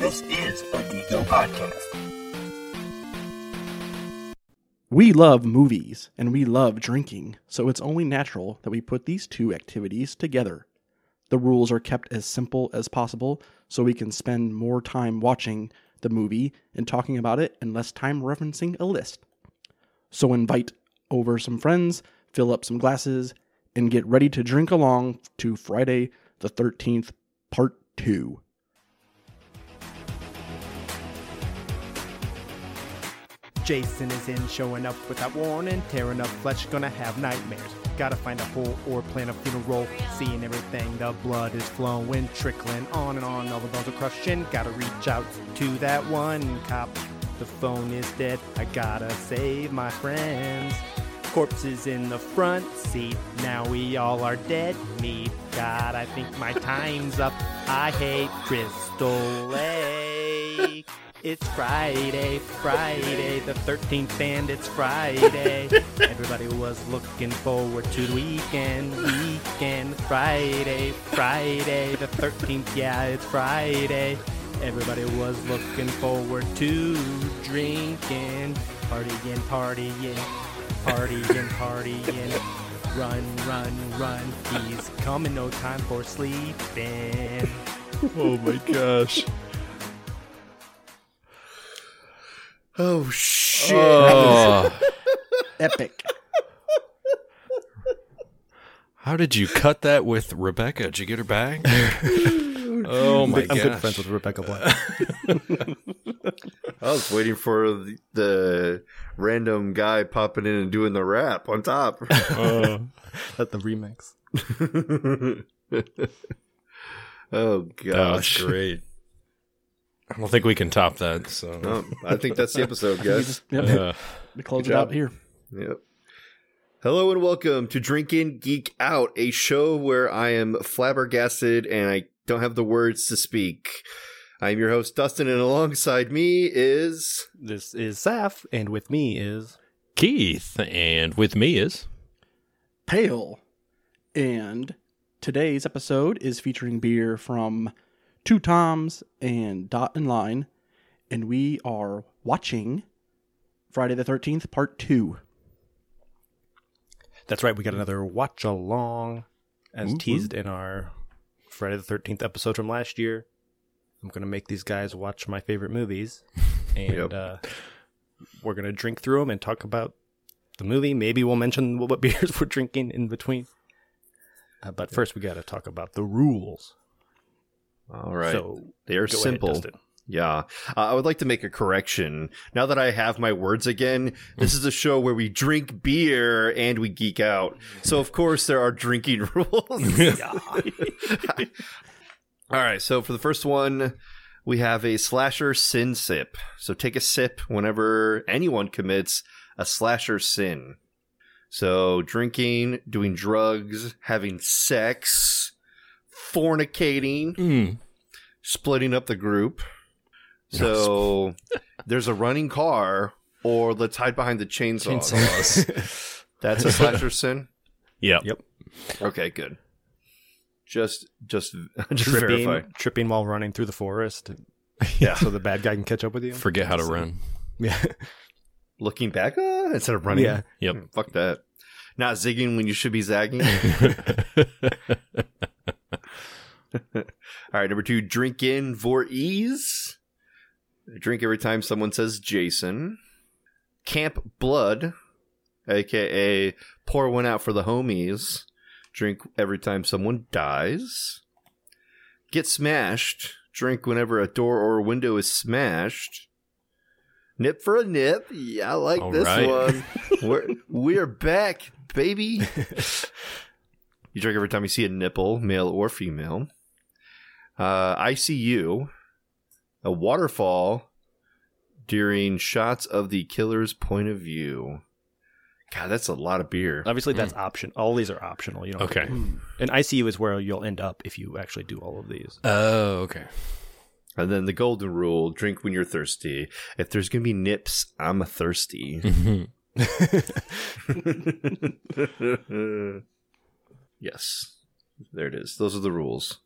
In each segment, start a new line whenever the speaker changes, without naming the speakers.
This is a Geeko podcast.
We love movies and we love drinking, so it's only natural that we put these two activities together. The rules are kept as simple as possible so we can spend more time watching the movie and talking about it and less time referencing a list. So invite over some friends, fill up some glasses, and get ready to drink along to Friday the 13th, Part 2.
Jason is in, showing up without warning, tearing up flesh, gonna have nightmares. Gotta find a hole or plan a funeral. Seeing everything, the blood is flowing, trickling on and on, all the bones are crushing. Gotta reach out to that one cop. The phone is dead, I gotta save my friends. Corpses in the front seat, now we all are dead meat. God, I think my time's up. I hate Crystal Lake. It's Friday, Friday the 13th, and it's Friday. Everybody was looking forward to the weekend, weekend. Friday, Friday the 13th, yeah, it's Friday. Everybody was looking forward to drinking, partying, partying, partying, partying. Run, run, run. He's coming, no time for sleeping.
Oh my gosh.
Oh shit!
Oh,
Epic.
how did you cut that with Rebecca? Did you get her back? oh my
I'm
gosh.
good friends with Rebecca Black.
I was waiting for the, the random guy popping in and doing the rap on top.
At the remix.
oh
that was
gosh.
great. I don't think we can top that. So,
Oh, I think that's the episode,
We
guys.
just yep,
uh,
we close
good
it out
job.
here.
Yep. Hello and welcome to Drinkin' Geek Out, a show where I am flabbergasted and I don't have the words to speak. I'm your host Dustin, and alongside me is
This is Saf, and with me is
Keith, and with me is
Pale. And today's episode is featuring beer from Two Toms and Dot and Line. And we are watching Friday the 13th, part two.
That's right, we got another watch along as teased in our Friday the 13th episode from last year. I'm going to make these guys watch my favorite movies and
Yep.
uh, we're going to drink through them and talk about the movie. Maybe we'll mention what, what beers we're drinking in between. Uh, but first, we got to talk about the rules.
all right.
So
they are
go ahead,
simple.
Dustin.
Yeah. Uh, I would like to make a correction. Now that I have my words again, this is a show where we drink beer and we geek out. So, of course, there are drinking rules. All right. So, for the first one, we have a slasher sin sip. So, take a sip whenever anyone commits a slasher sin. So, drinking, doing drugs, having sex, fornicating
Mm.
splitting up the group. So there's a running car or let's hide behind the chainsaw.
Chainsaws.
That's a slasher sin.
yep.
Yep.
Okay, good. Just just just verify.
Tripping, tripping while running through the forest. Yeah. So the bad guy can catch up with you.
Forget how to run.
yeah.
Looking back uh, instead of running.
Yeah.
Yep.
Fuck that. Not zigging when you should be zagging. All right, number two, drink in for ease. Drink every time someone says Jason. Camp Blood, aka pour one out for the homies. Drink every time someone dies. Get smashed. Drink whenever a door or a window is smashed. Nip for a nip. Yeah, I like
All
this
right.
one. We're we're back, baby. You drink every time you see a nipple, male or female. Uh, ICU, a waterfall during shots of the killer's point of view. God, that's a lot of beer.
Um,
Obviously, that's option. All these are optional. You don't have to
Mm.
Hmm.
okay.
And ICU is where you'll end up if you actually do all of these.
Oh, okay.
And then the golden rule drink when you're thirsty. If there's going to be nips, I'm thirsty.
Mhm.
yes. There it is. Those are the rules.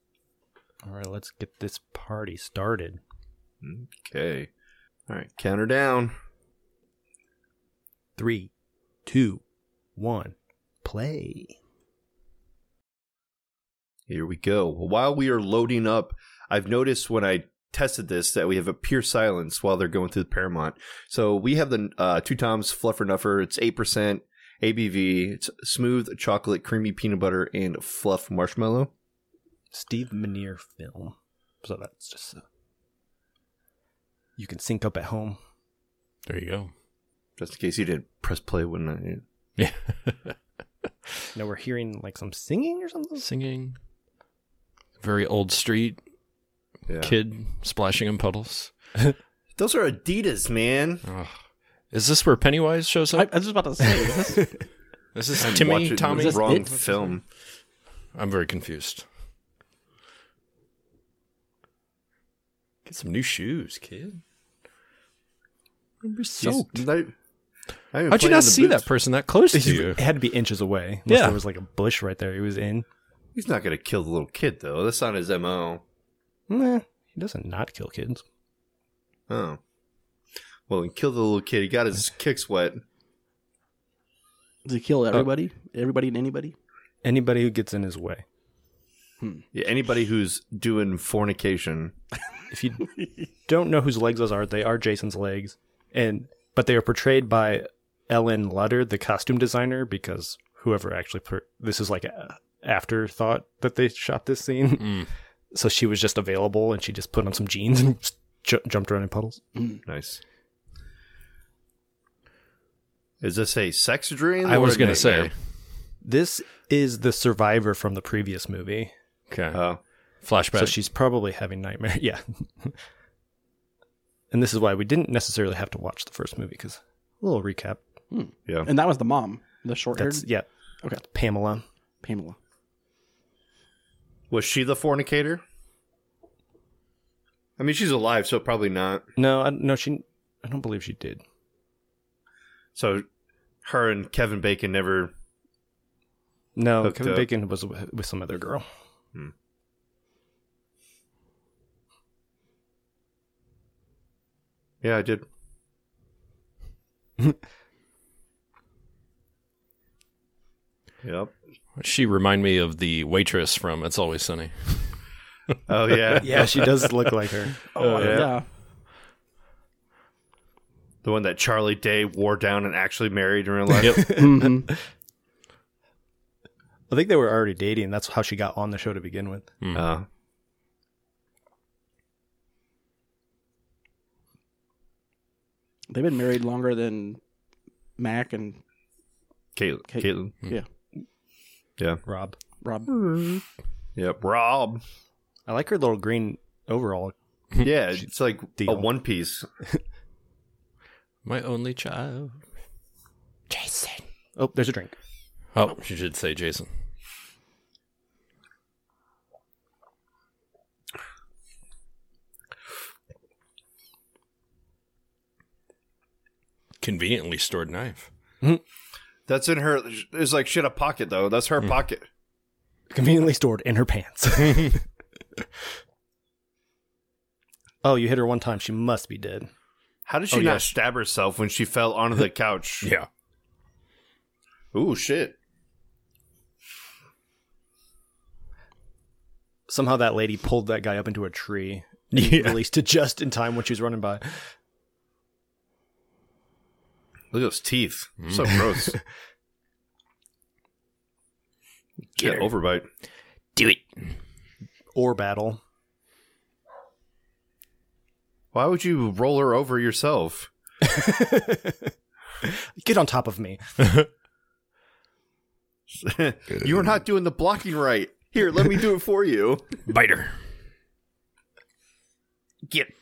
All right, let's get this party started.
Okay. All right. Count her down.
Three, two, one, play.
Here we go. While we are loading up, I've noticed when I tested this that we have a pure silence while they're going through the Paramount. So we have the uh, two Toms Fluffer Nuffer. It's eight percent ABV. It's smooth chocolate, creamy peanut butter, and fluff marshmallow.
Steve Minear film. So that's just a, you can sync up at home.
There you go.
Just in case you didn't press play when I
Yeah.
Now we're hearing like some singing or something.
Singing. Very old street
yeah.
kid splashing in puddles.
Those are Adidas, man.
Ugh. Is this where Pennywise shows
I, I
up?
was just about to say, is this,
Is this
I'm watching
Timmy
the
Tommy?
Is this
wrong
it?
film.
I'm very confused. Get some new shoes, kid.
Jeez, not- I
How'd you
haven't played in
not
the
see
boots.
that person that close to you?
It had to be inches away. Unless
Yeah.
there was like a bush right there. He was in.
He's not gonna kill the little kid though. That's not his mo.
Nah, he doesn't not kill kids.
Oh. Well, he killed the little kid. He got his kicks wet.
does he
Uh,
kill everybody? Everybody and anybody?
Anybody who gets in his way.
Yeah, anybody who's doing fornication.
If you don't know whose legs those are, they are Jason's legs, and but they are portrayed by Ellen Lutter, the costume designer, because whoever actually per- this is like a afterthought that they shot this scene.
Mm.
So she was just available, and she just put on some jeans and just ju- jumped around in puddles.
Nice. Is this a sex dream?
I
or
was
a
going to say.
nightmare?
This is the survivor from the previous movie,
Okay.
Oh,
Flashback.
so she's probably having nightmare. Yeah, and this is why we didn't necessarily have to watch the first movie because a little recap.
yeah.
And that was the mom, the short haired
That's yeah.
Okay.
Pamela.
Pamela.
Was she the fornicator? I mean, she's alive, so probably not.
No, I, no, she. I don't believe she did.
So, her and Kevin Bacon never.
No,
Hooked
Kevin
up.
Bacon was with with some other girl.
Yeah, I did. yep.
She remind me of the waitress from It's Always Sunny.
Oh yeah.
Yeah, she does look like her.
Oh,
yeah.
yeah.
The one that Charlie Day wore down and actually married in real life.
Mhm.
I think they were already dating. That's how she got on the show to begin with.
Uh,
They've been married longer than Mac and
Caitlin.
Ca-
Caitlin.
yeah.
Yeah.
Rob,
Rob.
Yep. Rob.
I like her little green overall.
Yeah, it's like a
Deal.
one piece.
My only child.
Oh, there's a drink.
Oh, she should say Jason. Conveniently stored knife.
That's in her. It's like shit a pocket though. That's her pocket.
Conveniently stored in her pants. oh, you hit her one time. She must be dead.
How did she
Oh,
not
yes.
stab herself when she fell onto the couch?
Yeah.
Ooh, shit.
Somehow that lady pulled that guy up into a tree.
Yeah.
Released it just in time when she was running by.
Look at those teeth. So gross. Get overbite.
Do it.
Or battle.
Why would you roll her over yourself?
Get on top of me.
you are not doing the blocking right. Here, let me do it for you.
Biter.
Get.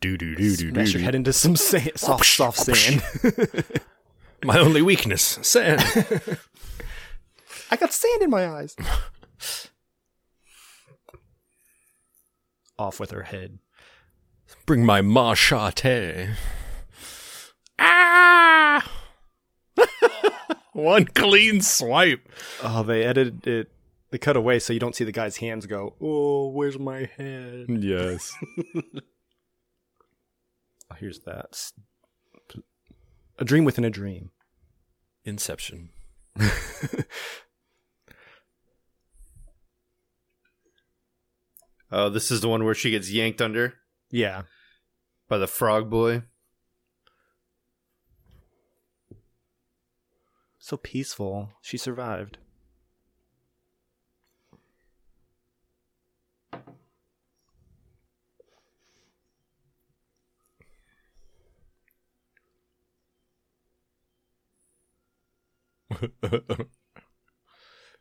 Do do do do
Smash your head into some sand, soft, soft sand.
My only weakness, sand.
I got sand in my eyes. Off with her head.
Bring my machete. Ah! One clean swipe.
Oh, they edited it. they cut away so you don't see the guy's hands go, oh, where's my head?
Yes.
Oh, here's that. S- A dream within a dream.
Inception.
Oh, this is the one where she gets yanked under
Yeah.
by the frog boy.
So peaceful. She survived.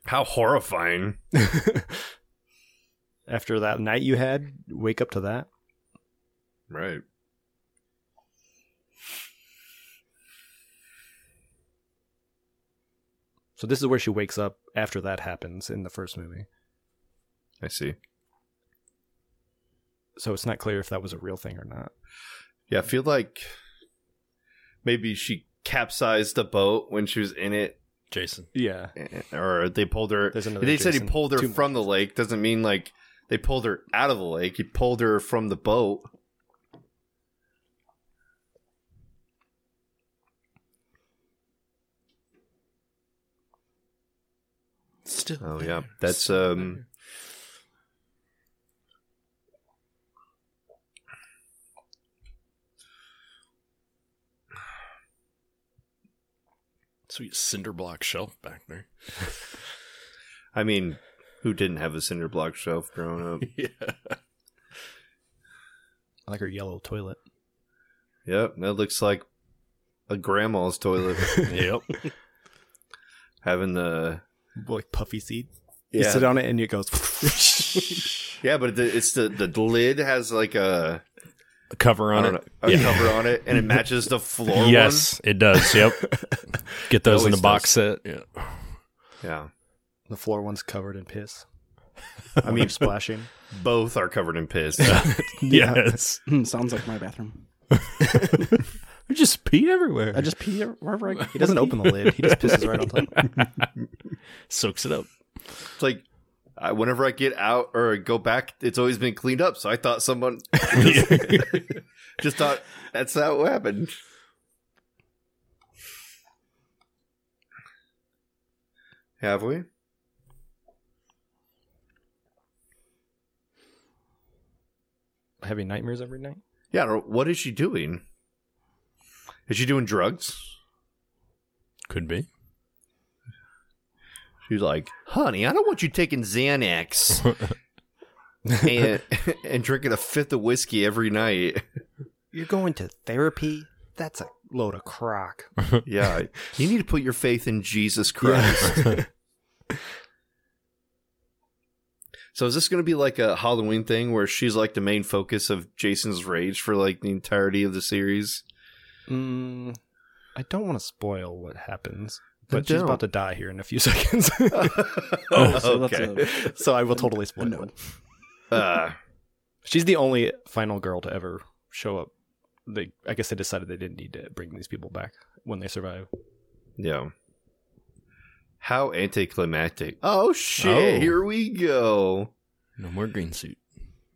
How horrifying.
After that night you had, wake up to that.
Right.
So this is where she wakes up after that happens in the first movie.
I see.
So it's not clear if that was a real thing or not.
Yeah, I feel like maybe she capsized the boat when she was in it, eh,
Jason.
Yeah.
or they pulled her.
There's another
They said he
Jason.
pulled her
Two
from the lake. Doesn't mean like they pulled her out of the lake. He pulled her from the boat.
Still.
Oh
there,
yeah, that's
still
um.
Sweet cinder block shelf back there.
I mean, who didn't have a cinder block shelf growing up?
yeah.
I like her yellow toilet.
yep, that looks like a grandma's toilet
Yep.
having the
Like puffy seed. You sit
yeah
on it and it goes
yeah, but the, it's the the lid has like a
A cover
I
on
don't
it.
know, a cover on it, and it matches the floor.
Yes, it does. Yep. Get those in the
Always
box set. Yeah.
one. yeah,
the floor one's covered in piss. I mean splashing.
both are covered in piss.
Yes.
Hmm, Sounds like my bathroom.
I just pee everywhere.
I just pee wherever I.
He doesn't open the lid. He just pisses right on top.
soaks it up.
It's like I, whenever I get out or go back, it's always been cleaned up. So I thought someone just, just thought that's how it happened. Have we?
Having nightmares every night.
Yeah. or What is she doing? Is she doing drugs?
Could be.
She's like, honey, I don't want you taking Xanax and, and drinking a fifth of whiskey every night.
You're going to therapy? That's a load of crock.
Yeah. You need to put your faith in Jesus Christ. so is this going to be like a Halloween thing where she's like the main focus of Jason's rage for like the entirety of the series?
Mm, I don't want to spoil what happens,
Then
but she's
don't.
about to die here in a few seconds.
Oh, so that's
so I will totally
a,
spoil
Oh, no.
it.
Uh,
She's the only final girl to ever show up. They, I guess they decided they didn't need to bring these people back when they survive.
yeah. How anticlimactic. Oh, shit.
Oh.
Here we go.
no more green suit.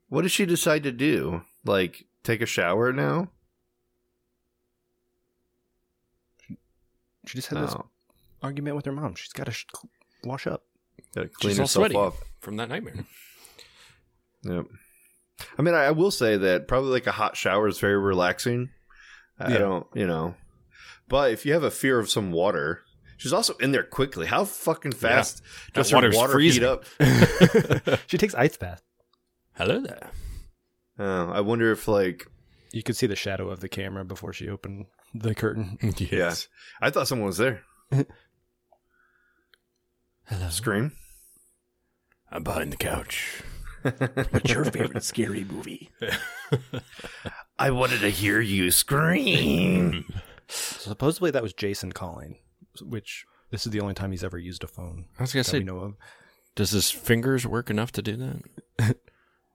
What does she decide to do? Like, take a shower now?
She just had this
No.
argument with her mom. She's got to sh- wash up.
Gotta clean
She's all
herself
sweaty.
up.
From that nightmare.
Yep. I mean, I, I will say that probably like a hot shower is very relaxing. I
Yeah.
don't, you know. But if you have a fear of some water, she's also in there quickly. How fucking fast does
That
her
water's
water
freezing.
heat up?
She takes ice bath.
Hello there.
Uh, I wonder if like
You could see the shadow of the camera before she opened the curtain.
yes.
I thought someone was there.
Hello.
Scream.
I'm behind the couch.
What's your favorite scary movie?
I wanted to hear you scream.
Supposedly that was Jason calling, which this is the only time he's ever used a phone
I was gonna
that we
say,
know of.
does his fingers work enough to do that? I don't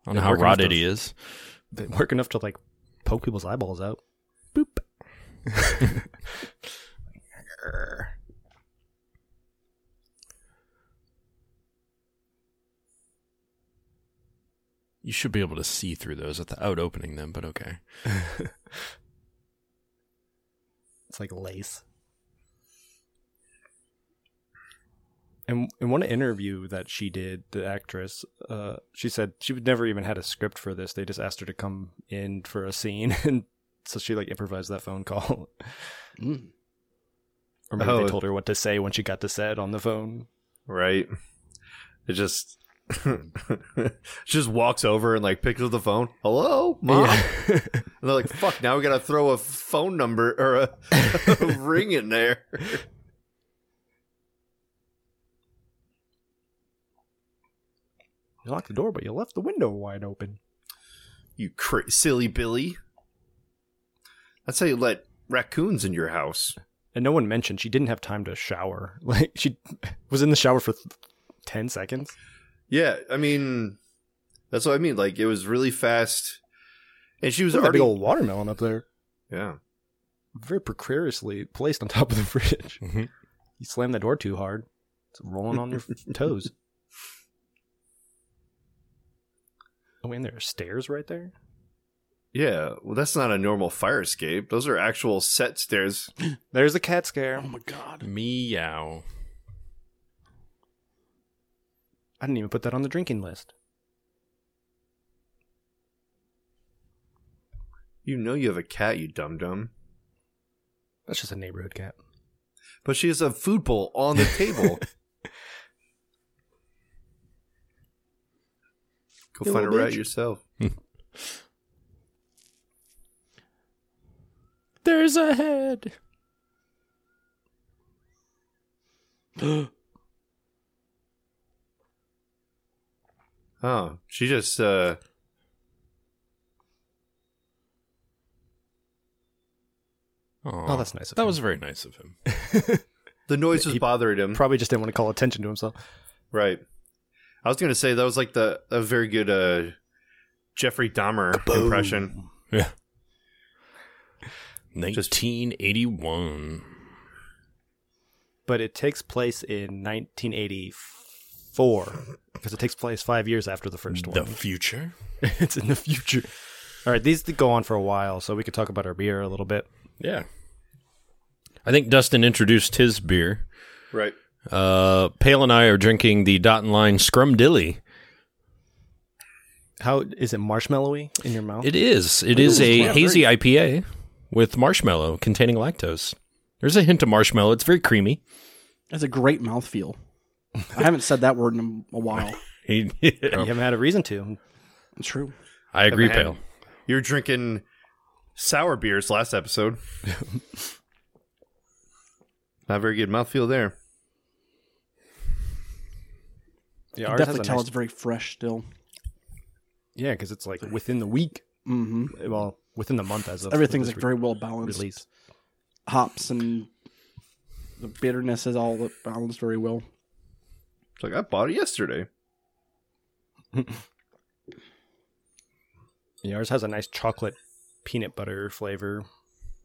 They
know how
work enough
rotted
to-
he is.
They work enough to like poke people's eyeballs out. Boop.
You should be able to see through those without opening them, but okay.
It's like lace. And in one interview that she did, the actress, uh, she said she would never even had a script for this. They just asked her to come in for a scene, and so she like improvised that phone call.
Mm.
Or maybe
Oh.
they told her what to say when she got to set on the phone.
right? It just just walks over and like picks up the phone. Hello, mom. and they're like, "Fuck!" Now we gotta throw a phone number or a, a ring in there.
You locked the door, but you left the window wide open.
You cra- silly Billy. That's how you let raccoons in your house.
And no one mentioned she didn't have time to shower. Like she was in the shower for th- ten seconds.
Yeah, I mean, that's what I mean. Like it was really fast, and she was
There's a
already
big old watermelon up there,
yeah.
very precariously placed on top of the fridge.
Mhm.
You slam the door too hard, it's rolling on your toes. Oh, and there are stairs right there.
Yeah, well, that's not a normal fire escape. Those are actual set stairs.
There's a cat scare.
Oh my god.
Meow.
I didn't even put that on the drinking list.
You know you have a cat, you dum dum.
That's just a neighborhood cat.
But she has a food bowl on the table. Go
You
find
little
her out
bitch.
yourself.
There's a head.
Oh, she just uh
Aw.
Oh, that's nice. Of
that
him.
was very nice of him.
the noise was bothering him.
probably just didn't want to call attention to himself.
right. I was gonna say that was like the a very good uh Jeffrey Dahmer impression.
Yeah.
Just-
1981.
But it takes place in 1984 because it takes place five years after the first one.
The future?
it's in the future. All right, these go on for a while, so we could talk about our beer a little bit.
Yeah. I think Dustin introduced his beer.
Right.
Uh, Pale and I are drinking the Dot and Line Scrumdilly.
How is it marshmallowy in your mouth?
It is. It is a hazy IPA with marshmallow containing lactose. There's a hint of marshmallow. It's very creamy.
That's a great mouthfeel. I haven't said that word in a, a while.
you haven't had a reason to.
It's true.
I agree,
Haven't had-
Pale.
You're drinking sour beers last episode. Not very good mouthfeel there.
Yeah,
I
ours has
definitely
a
tell
nice-
it's very fresh still.
yeah, because it's like within the week.
hmm
Well, within the month as of
Everything's
this
like very well balanced.
release.
Hops and the bitterness is all balanced very well.
It's like I bought it yesterday.
Yeah, ours has a nice chocolate peanut butter flavor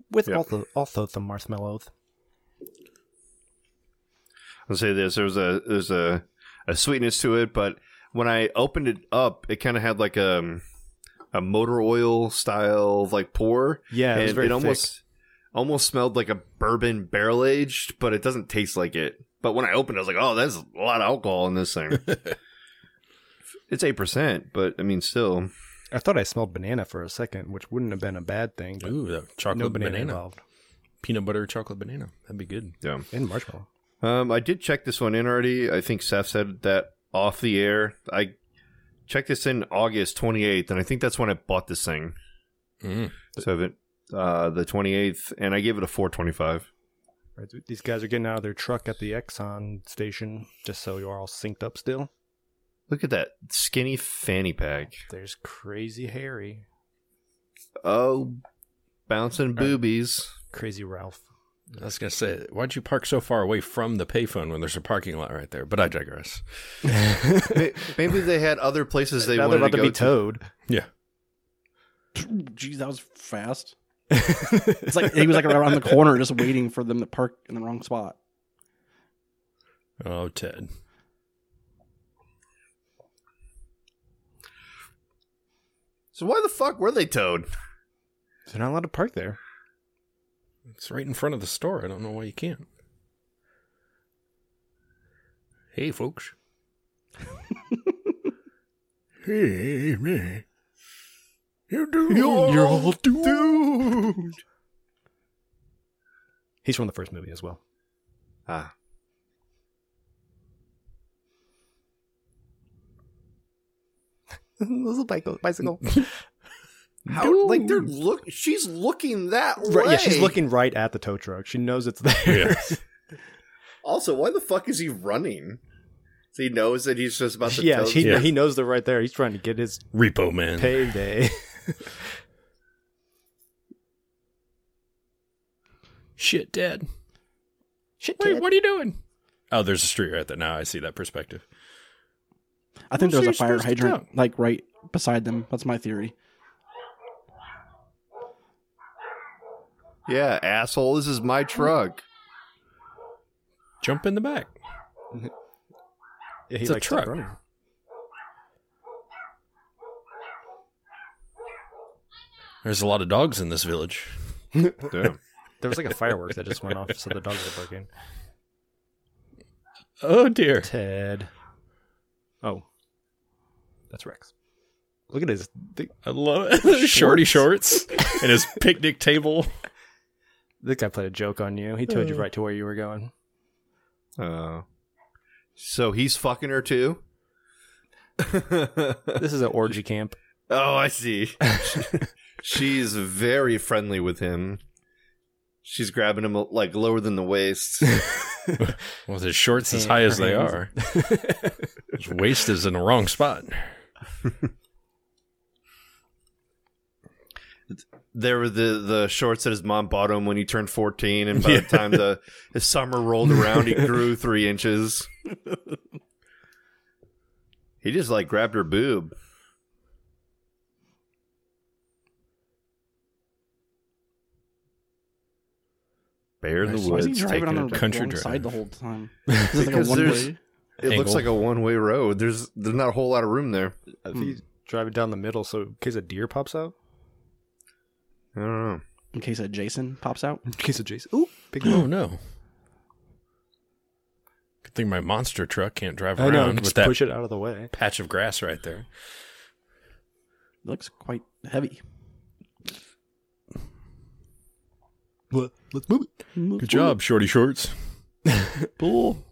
with
Yeah.
also also the marshmallow.
I'll say this: there was a there's a a sweetness to it, but when I opened it up, it kind of had like a a motor oil style like pour,
Yeah, it was
and
very
it
thick.
almost almost smelled like a bourbon barrel aged, but it doesn't taste like it. But when I opened, it, I was like, "Oh, that's a lot of alcohol in this thing." it's eight percent, but I mean, still,
I thought I smelled banana for a second, which wouldn't have been a bad thing. But
Ooh, the chocolate
no banana,
banana.
involved
Peanut butter chocolate banana. That'd be good.
yeah.
and marshmallow.
Um, I did check this one in already. I think Seth said that off the air. I checked this in August 28th, and I think that's when I bought this thing.
Mm.
So I've been- uh, the 28th, and I gave it a 425.
Right, these guys are getting out of their truck at the Exxon station, just so you are all synced up still.
Look at that skinny fanny pack.
There's Crazy Harry,
Oh, bouncing boobies.
Crazy Ralph.
I was going to say, why'd you park so far away from the payphone when there's a parking lot right there? But I digress.
May- Maybe they had other places they
now
wanted
they're about
to
to,
go
be
to.
towed.
Yeah.
Jeez, that was fast. it's like he was like around the corner, just waiting for them to park in the wrong spot.
Oh, Ted.
So why the fuck were they towed?
They're not allowed to park there.
It's right in front of the store. I don't know why you can't. Hey, folks. hey, me. You do.
You're all dude.
He's from the first movie as well.
Ah,
Little bicycle, bicycle.
how? Like they're look. She's looking that
right,
way.
yeah, she's looking right at the tow truck. She knows it's there.
Also, why the fuck is he running? So he knows that he's just about to.
yeah,
tow
she,
the-
Yeah.
he knows they're right there. He's trying to get his
Repo man.
payday.
Shit, Dad.
Shit,
Wait, what are you doing? Oh, there's a street right there. Now I see that perspective.
I think
Well, so
there's a
you're
fire
supposed to
hydrant like right beside them. That's my theory.
yeah, asshole. This is my truck.
Jump in the back.
Yeah, he
It's a
likes to
truck.
run.
There's a lot of dogs in this village.
Damn.
There was like a fireworks that just went off, so the dogs were barking.
Oh dear.
Ted. Oh, that's Rex. Look at his. thi-
I love it. Shorty shorts and his picnic table.
This guy played a joke on you. He told you right to where you were going.
Uh, so he's fucking her too.
This is an orgy camp.
Oh, I see. She's very friendly with him. She's grabbing him like lower than the waist.
With his shorts as high as they are. His waist is in the wrong spot.
there were the the shorts that his mom bought him when he turned 14 and by the time the his summer rolled around he grew three inches he just like grabbed her boob bear in the
Why is he
woods
driving
taking
on the
a dri-
country
wrong
drive.
side the whole time? Is this like a
Because
one
there's-
way?
it looks
angle?
like a one-way road there's there's not a whole lot of room there
I think he's driving down the middle, so in case a deer pops out.
i don't know
In case a Jason pops out.
In case a Jason. Ooh, big
Oh no. Good thing my monster truck can't drive
I
around
know.
with
Just
that
push it out of the way.
patch of grass right there.
It looks quite heavy.
Let's move it.
Good job, shorty shorts.
Bull.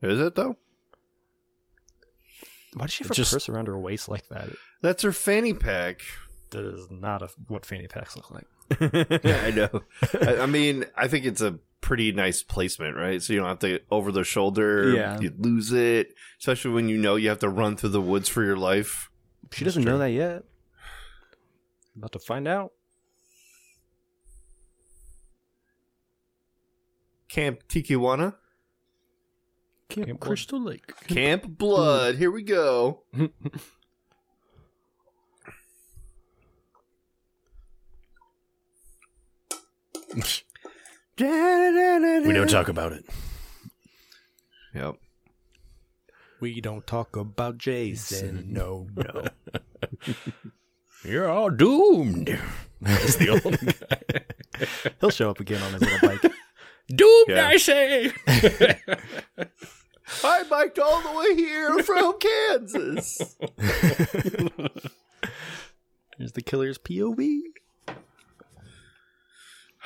is it though
Why does she
It
have a
just-
purse around her waist like that?
that's her fanny pack
That is not a, what fanny packs look like.
I know. I, I mean, I think it's a pretty nice placement, right? So you don't have to over the shoulder.
Yeah.
You lose it, especially when you know you have to run through the woods for your life.
She doesn't know that yet. About to find out.
Camp Tijuana,
Camp,
Camp
Crystal Lake.
Camp Blood. Here we go.
We don't talk about it.
Yep.
We don't talk about Jason. No, no.
You're all doomed. That's the old guy.
He'll show up again on his little bike.
Doomed,
Yeah.
I say.
I biked all the way here from Kansas.
There's the killer's POV.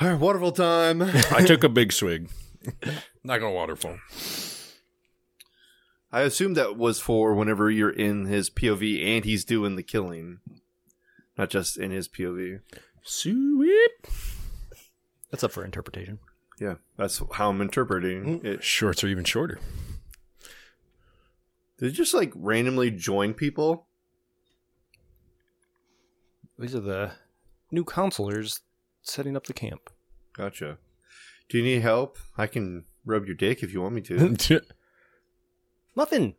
All right, wonderful time.
I took a big swig. Not gonna waterfall.
I assume that was for whenever you're in his POV and he's doing the killing, not just in his POV.
Sweet.
That's up for interpretation.
Yeah, that's how I'm interpreting it.
Shorts are even shorter.
They just like randomly join people.
These are the new counselors setting up the camp.
Gotcha. Do you need help? I can rub your dick if you want me to.
Nothing.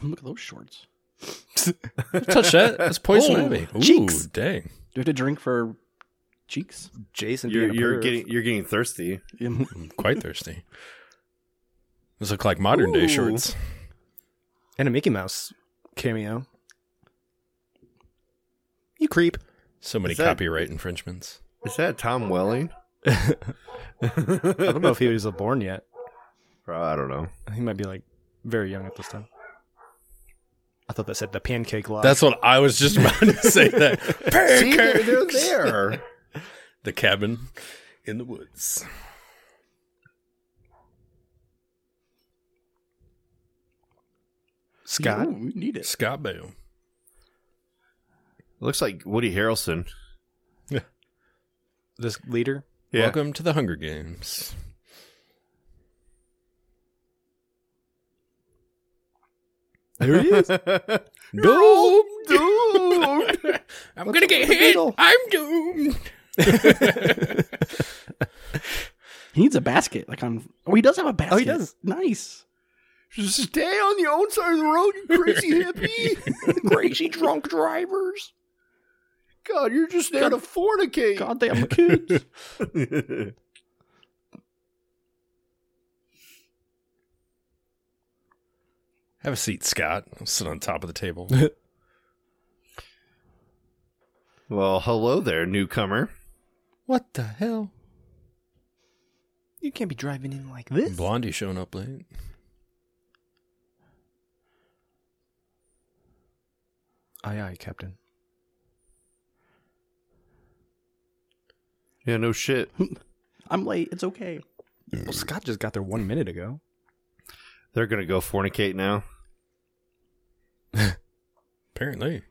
Look at those shorts.
Touch that. That's poison
Oh,
ivy. Ooh,
cheeks.
dang.
Do you have to drink for cheeks?
Jason,
you're
being a
you're
perv.
getting you're getting thirsty.
Um,
I'm quite thirsty. Those look like modern day
Ooh.
shorts.
and a Mickey Mouse cameo.
You creep. So many
Is that-
copyright infringements.
Is that Tom Welling?
I don't know if he was born yet.
Bro, I don't know.
He might be like very young at this time. I thought that said the pancake lodge.
That's what I was just about to say. That
See, they're, they're
Pancakes.
there.
The cabin in the woods.
Scott.
Ooh, we need it.
Scott Baio.
Looks like Woody Harrelson.
This leader.
Yeah.
Welcome to the Hunger Games.
There he is.
Doom, doomed. I'm gonna get hit. I'm doomed.
He needs a basket, like on. Oh, he does have a basket.
he does.
Nice.
Just stay on your own side of the road, you crazy hippie.
Crazy drunk drivers.
God, you're just there to fornicate.
Goddamn kids.
Have a seat, Scott. I'll sit on top of the table.
Well, hello there, newcomer.
what the hell?
You can't be driving in like this.
Blondie showing up late.
Aye, aye, Captain.
Yeah, no shit.
I'm late. It's okay.
Well, Scott just got there one minute ago.
They're gonna go fornicate now.
Apparently.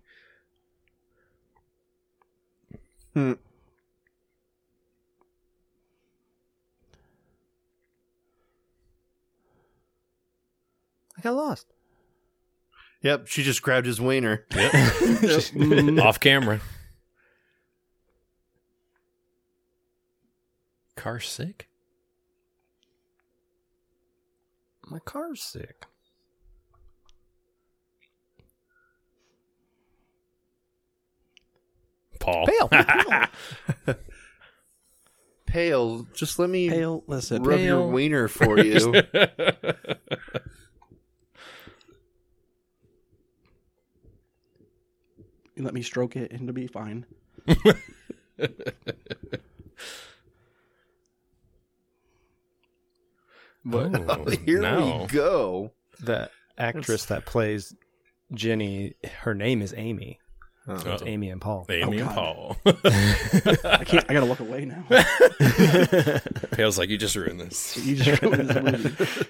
I got lost.
Yep, she just grabbed his wiener.
Mm.
Off camera. Car sick?
My car's sick.
Paul. Oh,
Pale, just let me
Pale. Listen.
rub your wiener for you.
You let me stroke it, and it'll be fine.
But
Oh, Here
no.
we go.
the actress that plays Jenny, her name is Amy.
Oh,
So it's
Uh-oh.
Amy and Paul.
Amy
Oh,
and
God.
Paul.
I can't. I gotta look away now.
Pale's like, you just ruined this.
You just ruined this movie.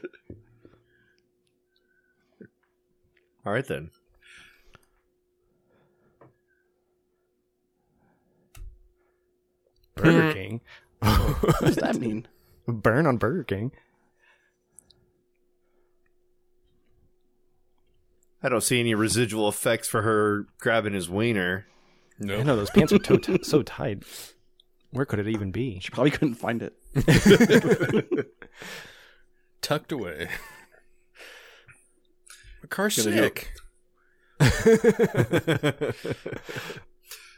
All right then.
Burger King.
What does that mean?
Burn on Burger King.
I don't see any residual effects for her grabbing his wiener.
I
No.
know those pants are to- t- so tight. Where could it even be?
She probably couldn't find it.
Tucked away. My car's
Gotta do it.
sick.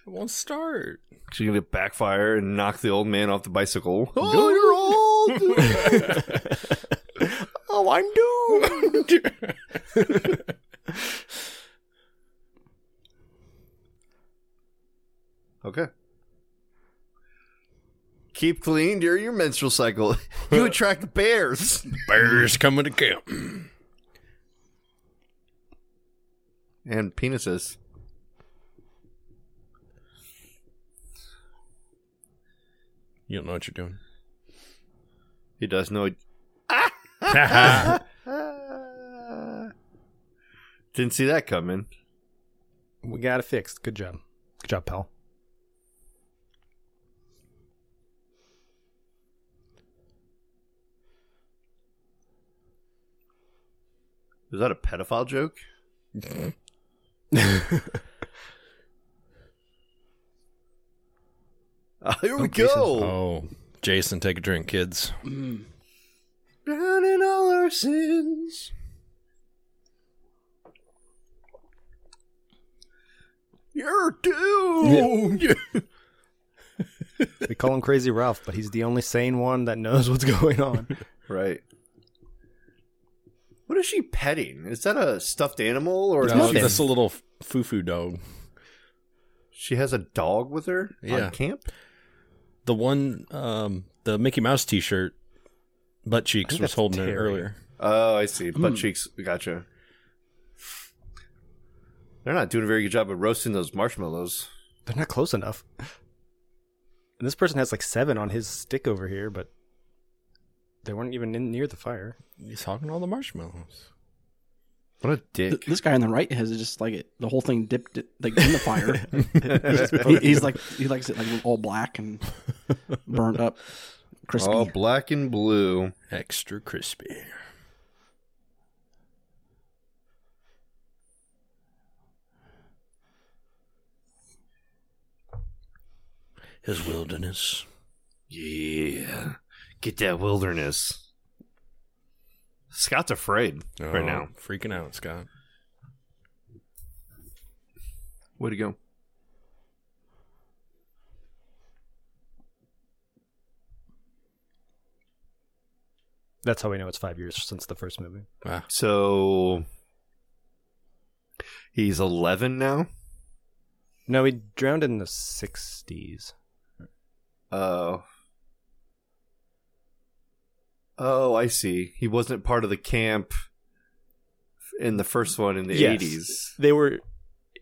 It won't start.
She's gonna backfire and knock the old man off the bicycle.
Oh, you're old. oh, I'm doomed.
Okay. Keep clean during your menstrual cycle. You attract bears.
Bears coming to camp.
And penises.
You don't know what you're doing.
He does know. Didn't see that coming.
We got it fixed. Good job. Good job, pal.
Is that a pedophile joke? Ah, here we go.
oh, Jason, take a drink, kids.
Down in all our sins. You're
Oh,
doomed.
We call him Crazy Ralph, but he's the only sane one that knows what's going on.
Right. What is she petting? Is that a stuffed animal or
It's
is
nothing.
she-
that's a little foo foo dog.
she has a dog with her
Yeah.
on camp?
The one, um, the Mickey Mouse t shirt, Butt Cheeks was
that's
holding it
Terry.
earlier.
Oh, I see. Butt
Mm.
cheeks. Gotcha. They're not doing a very good job of roasting those marshmallows.
They're not close enough. And this person has like seven on his stick over here, but they weren't even in near the fire.
He's hogging all the marshmallows.
What a
Th-
dick.
this guy on the right has just like it, the whole thing dipped it, like in the fire. he, he's like he likes it like all black and burnt up, crispy.
All black and blue.
Extra crispy. His wilderness.
Yeah. Get that wilderness. Scott's afraid right
Oh,
now.
Freaking out, Scott.
Way to go.
That's how we know it's five years since the first movie.
Ah,
So he's 11 now?
No, he drowned in the sixties.
Oh. Oh, I see. He wasn't part of the camp in the first one in the
Yes.
80s.
They were.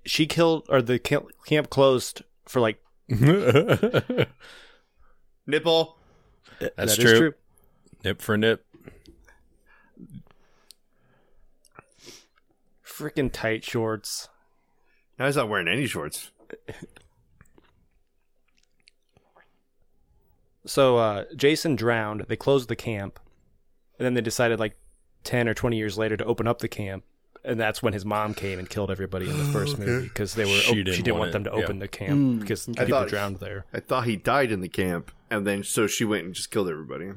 She killed, or the camp, camp closed for like.
That's
Nipple.
that
true.
is true.
Nip for nip.
Freaking tight shorts.
Now he's not wearing any shorts.
So uh, Jason drowned. They closed the camp, and then they decided like ten or twenty years later to open up the camp, and that's when his mom came and killed everybody in the first movie because they were
She
she
didn't
didn't, she
want
didn't want,
it,
them to
yeah.
open the camp
Mm,
because
okay.
I
people
thought-
drowned there.
I thought he died in the camp, and then so she went and just killed everybody.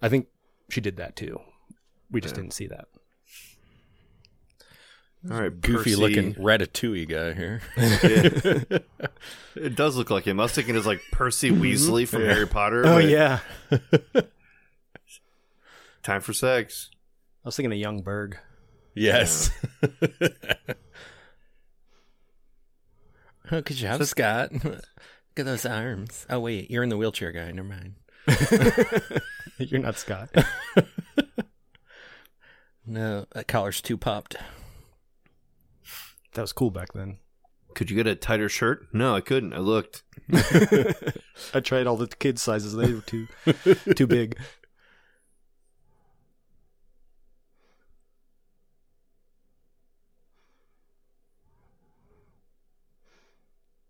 I think she did that too. We just didn't see that.
All right,
Goofy
Percy.
looking ratatouille guy here.
It does look like him. I was thinking it was like Percy Weasley from Harry Potter.
Mm-hmm. Oh
but
yeah, I
time for sex.
was thinking of Young Berg.
yes. oh, could you have Scott? Look at those arms. Oh wait, you're in the wheelchair guy, never mind.
You're not Scott.
No, that collar's too popped.
that was cool back then.
Could you get a tighter shirt? No, I couldn't. I looked.
I tried all the kids sizes. They were too too big.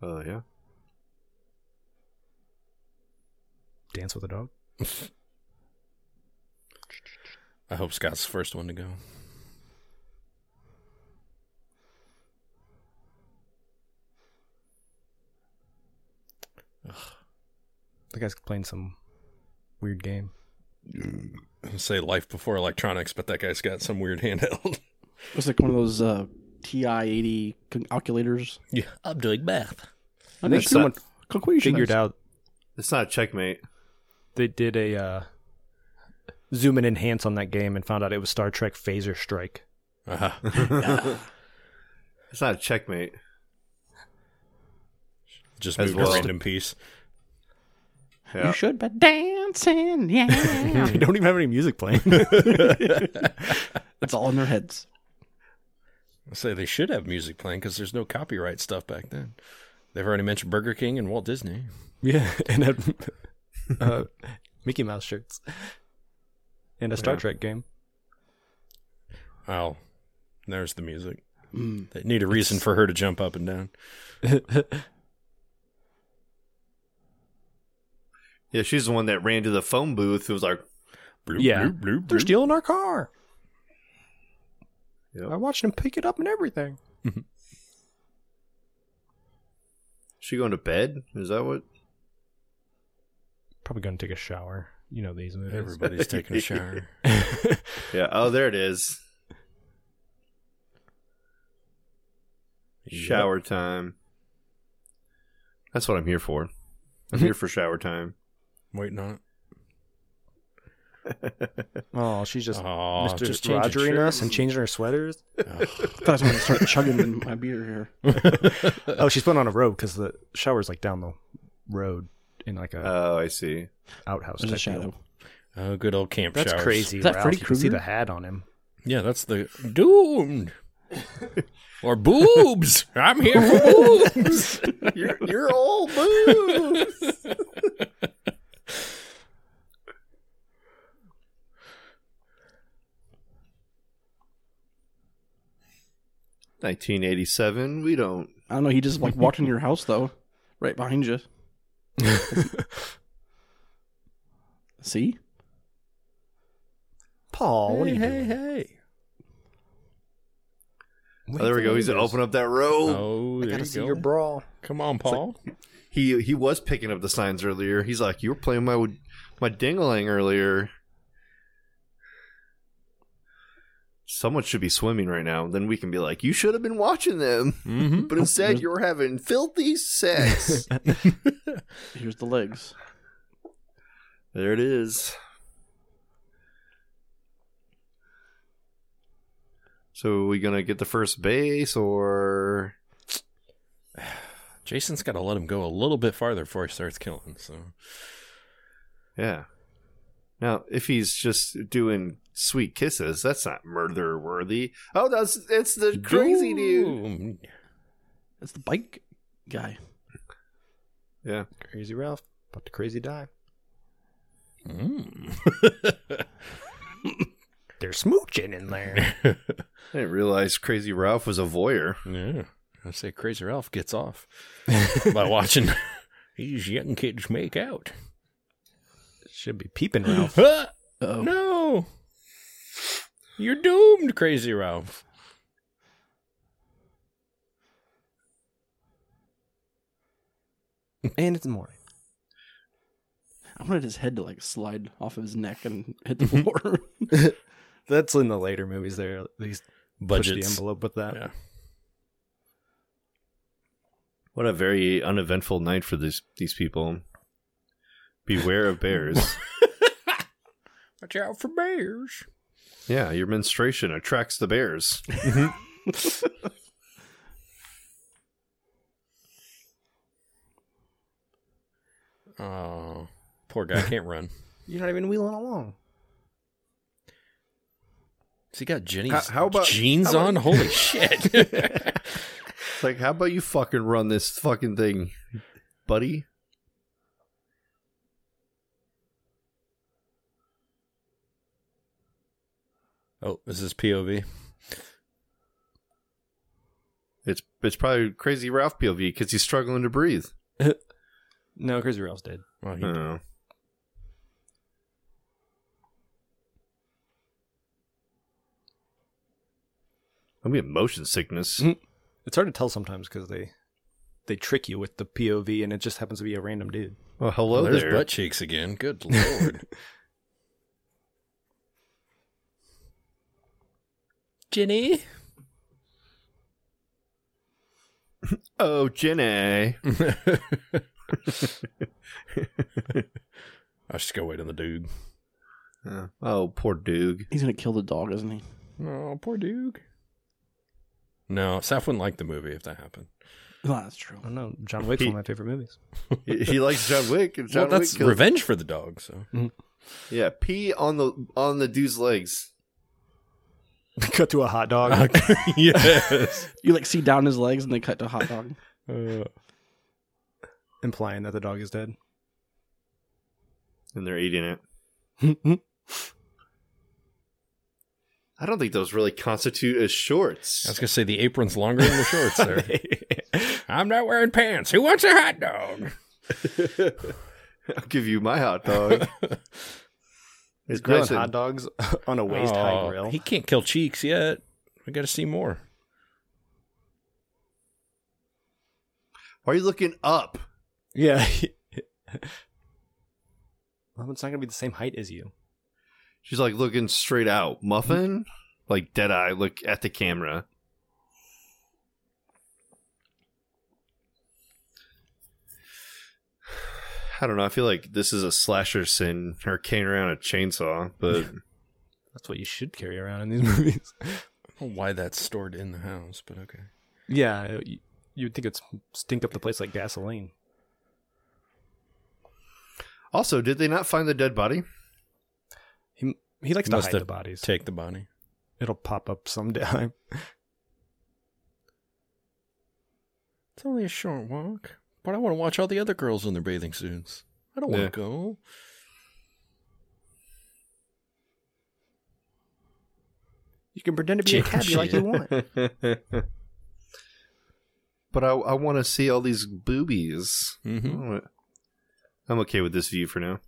Oh yeah.
Dance with a dog.
I hope Scott's the first one to go.
The guy's playing some weird game.
I say life before electronics, but that guy's got some weird handheld.
It's like one of those uh, TI eighty calculators.
yeah, I'm doing math.
I think someone
Conclusion.
figured out
It's not a checkmate.
they did a uh, zoom and enhance on that game and found out it was Star Trek Phaser Strike.
Uh-huh.
It's not a checkmate.
Just
As
moved
well.
a random piece.
Yeah.
You should be dancing. Yeah,
they don't even have any music playing.
it's all in their heads.
I say they should have music playing because there's no copyright stuff back then. They've already mentioned Burger King and Walt Disney.
yeah, and had uh, Mickey Mouse shirts and a Star Trek game.
Oh, there's the music.
Hmm.
Mm.
They need a reason for her to jump up and down.
Yeah, she's the one that ran to the phone booth. It was like,
Bloop,
Yeah.
bloop, bloop,
They're
bloop.
stealing our car.
Yep.
I watched them pick it up and everything.
she going to bed? Is that what?
Probably going to take a shower. You know these movies.
Everybody's taking a shower.
Yeah. Oh, there it is. Shower time. That's what I'm here for. I'm here for shower time.
Waiting on it.
Oh, she's just
Aw,
Mr.
just changing
Rogering us
shirts.
and changing her sweaters.
I thought I was going to start chugging my beer here.
oh, she's putting on a robe because the shower's like down the road in like a
Oh, I see.
outhouse.
There's a
type deal.
shadow.
Oh, good old camp
That's
showers.
crazy.
Is that
Ralph.
Freddy
You can see
Krueger?
the hat on him.
Yeah, that's the doomed. or boobs. I'm here for boobs.
You're, you're all boobs. Nineteen eighty-seven. We don't.
I don't know. He just like walked into your house though, right behind you. See,
Paul, what are you
hey,
doing?
hey.
Oh, there we go. He's gonna open up that robe.
Oh, there you go.
brawl.
Come on, Paul.
He he was picking up the signs earlier. He's like, "You were playing my my dingling earlier." Someone should be swimming right now. Then we can be like, "You should have been watching them,"
mm-hmm.
but instead you're having filthy sex.
here's the legs.
there it is. So are we gonna get the first base or
Jason's got to let him go a little bit farther before he starts killing. So
yeah? Now, if he's just doing sweet kisses, that's not murder worthy. Oh, that's it's the crazy dude.
Doomed.
It's the bike guy.
Yeah.
Crazy Ralph, about to crazy die.
Mm.
They're smooching in there.
I didn't realize Crazy Ralph was a voyeur.
yeah, I say Crazy Ralph gets off by watching these young kids make out.
Should be peeping Ralph.
Ah,
Oh,
no, you're doomed, Crazy Ralph.
and it's morning.
I wanted his head to like slide off of his neck and hit the floor.
That's in the later movies. There, they push the
Budgets.
envelope with that.
Yeah.
What a very uneventful night for these these people. Beware of bears.
Watch out for bears.
yeah, your menstruation attracts the bears.
Oh, poor guy can't run.
You're not even wheeling along.
Has he got Jenny's
How- how about-
jeans
how about-
on? Holy shit.
It's like, how about you fucking run this fucking thing, buddy?
oh, this is POV.
It's it's probably Crazy Ralph POV because he's struggling to breathe.
No, Crazy Ralph's dead.
Well, he-
Oh. I'm getting motion sickness.
Mm.
Mhm. It's hard to tell sometimes because they they trick you with the POV, and it just happens to be a random dude.
Well, hello
oh, there's
there.
butt cheeks again. Good lord. Jenny?
Oh, Jenny.
I just go wait on the dude.
Uh, oh, poor Doog.
He's gonna kill the dog, isn't he?
Oh, poor Duke. No, Saf wouldn't like the movie if that happened.
No, that's true.
I don't know. John Wick's
He-
one of my favorite movies.
he, he likes John Wick. And John
well, that's
Wick killed-
revenge for the dog. So
Yeah, pee on the on the dude's legs.
Cut to a hot dog.
yes.
You like see down his legs and they cut to hot dog.
Uh,
implying that the dog is dead.
And they're eating it. I don't think those really constitute as shorts.
I was gonna say the apron's longer than the shorts. There, I'm not wearing pants. Who wants a hot dog?
I'll give you my hot dog.
He's
it's
grilling
nice and-
hot dogs on a waist high
Oh,
grill.
He can't kill cheeks yet. We got to see more.
Why are you looking up?
yeah. well, it's not gonna be the same height as you.
She's like looking straight out. Muffin? Like dead eye, look at the camera. I don't know. I feel like this is a slasher sin or carrying around a chainsaw, but
That's what you should carry around in these movies.
I don't know why that's stored in the house, but okay.
yeah, you, you'd think it's stink up the place like gasoline.
also, did they not find the dead body?
He he likes to
Must
hide
have
the bodies.
Take the body.
It'll pop up sometime.
It's only a short walk, but I want to watch all the other girls in their bathing suits. I don't
Yeah.
want to go.
You can pretend to be a cabbie like you want.
but I, I want to see all these boobies.
Mm-hmm.
I wanna- I'm okay with this view for now.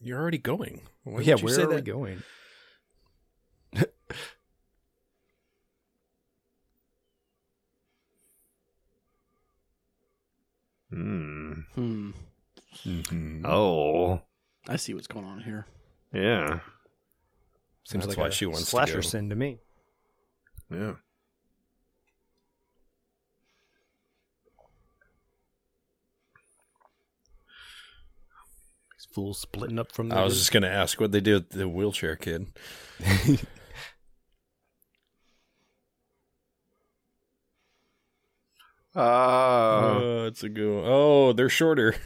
You're already going. Why
yeah,
would you
where
say
are we
that?
going?
Hmm.
Hmm.
Mm-hmm.
Oh,
I see what's going on here.
yeah,
Seems
Sounds
like why
a
she wants
slasher
to go.
sin to me.
yeah.
These fools splitting up from the
I was just gonna ask what they do with the wheelchair kid.
Ah,
Oh, it's a go. Oh, they're shorter.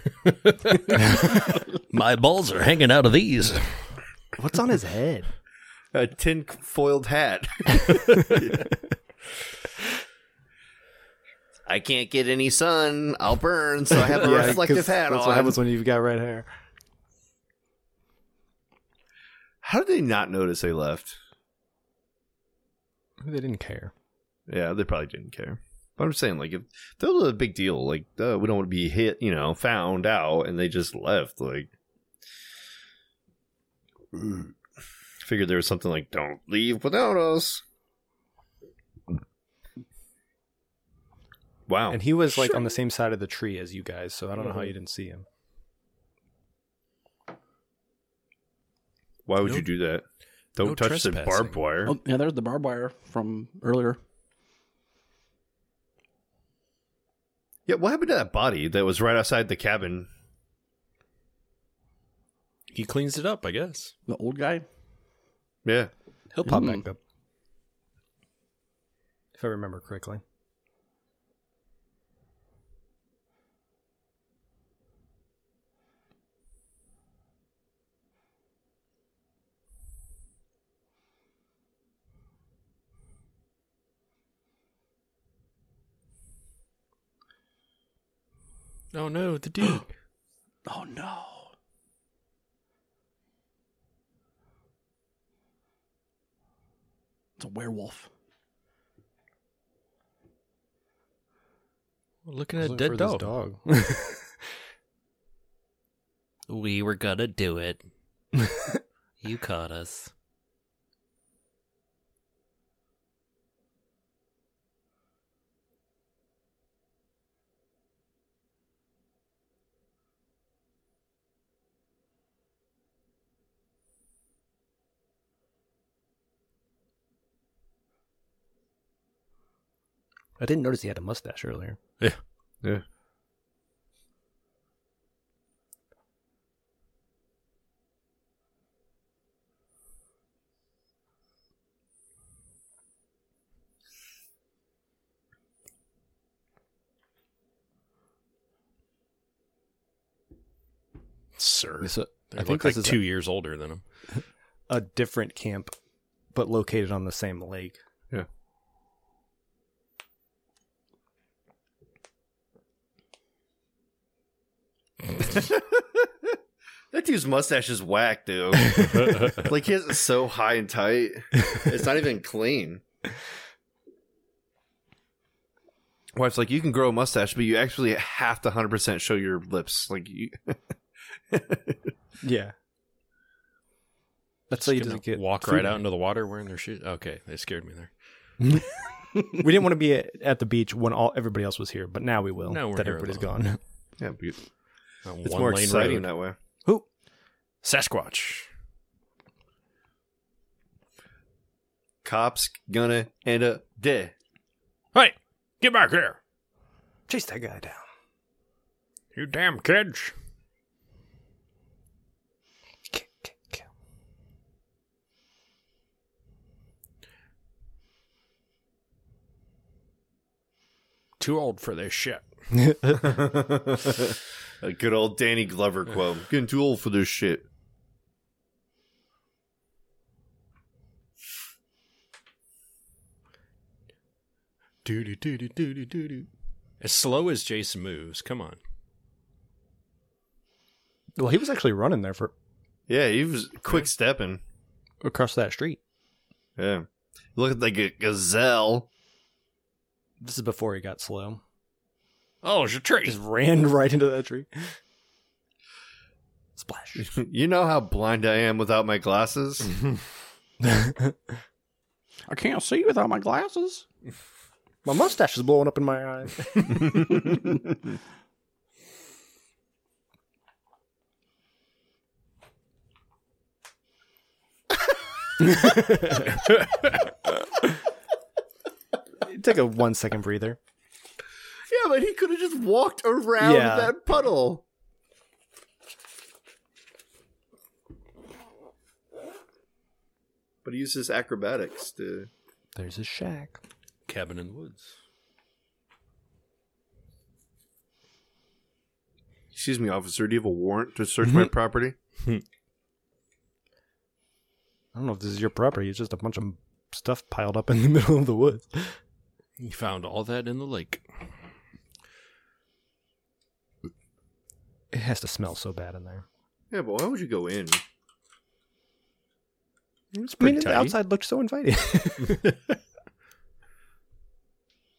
My balls are hanging out of these.
What's on his head?
a tin foiled hat. I can't get any sun. I'll burn, so I have a reflective hat
that's
on.
what happens when you've got red hair.
How did they not notice they left?
They didn't care.
Yeah, they probably didn't care. But I'm saying, like, if that was a big deal, like, uh, we don't want to be hit, you know, found out, and they just left. Like, figured there was something like, don't leave without us. Wow.
And he was like on the same side of the tree as you guys, so I don't know how you didn't see him.
Why would
No-
you do that? Don't
no
touch the
trespassing.
barbed wire.
Oh, yeah, there's the barbed wire from earlier.
Yeah, what happened to that body that was right outside the cabin?
He cleans it up, I guess.
The old guy.
Yeah.
He'll pop
Mm.
back
Hmm.
up. If I remember correctly.
Oh no, the dude.
Oh no. It's a werewolf.
Looking at a dead dog.
We were gonna do it. you caught us.
I didn't notice he had a mustache earlier.
Yeah.
Sir.
It's a,
They
I
look
think
like
this is
two years older than him.
a different camp, but located on the same lake.
That dude's mustache is whack, dude. like his is so high and tight. It's not even clean. Wife's like, you can grow a mustache, but you actually have to 100% show your lips. Like, you,
Yeah. That's so he doesn't get
walk
food
right out into the water wearing their shoes. Okay, they scared me there.
we didn't want to be at, at the beach when all everybody else was here, but now we will.
Now we're
that
here
everybody's
alone.
gone.
yeah, but it's
A
more
one-lane
exciting
road.
that way.
Sasquatch.
Cops gonna end up dead.
Hey, get back here,
Chase that guy down.
you damn kids.
Kick, kick, kick.
Too old for this shit.
A good old Danny Glover quote. I'm getting too old for this shit.
Doo doo doo doo doo doo doo.
As slow as Jason moves, come on.
Well, he was actually running there for
Yeah, he was quick stepping.
across that street.
Yeah. Looked like a gazelle.
This is before he got slow.
Oh, it's a tree.
Just ran right into that tree. Splash.
You know how blind I am without my glasses?
I can't see without my glasses.
My mustache is blowing up in my eye. Take a one second breather.
yeah, but he could have just walked around
Yeah.
that puddle. But he uses acrobatics to.
There's his shack.
Cabin in the woods.
Excuse me, officer, do you have a warrant to search my property?
I don't know if this is your property. It's just a bunch of stuff piled up in the middle of the woods.
He found all that in the lake.
It has to smell so bad in there.
Yeah, but why would you go in?
pretty
It's I mean, the
tidy.
outside looked so inviting.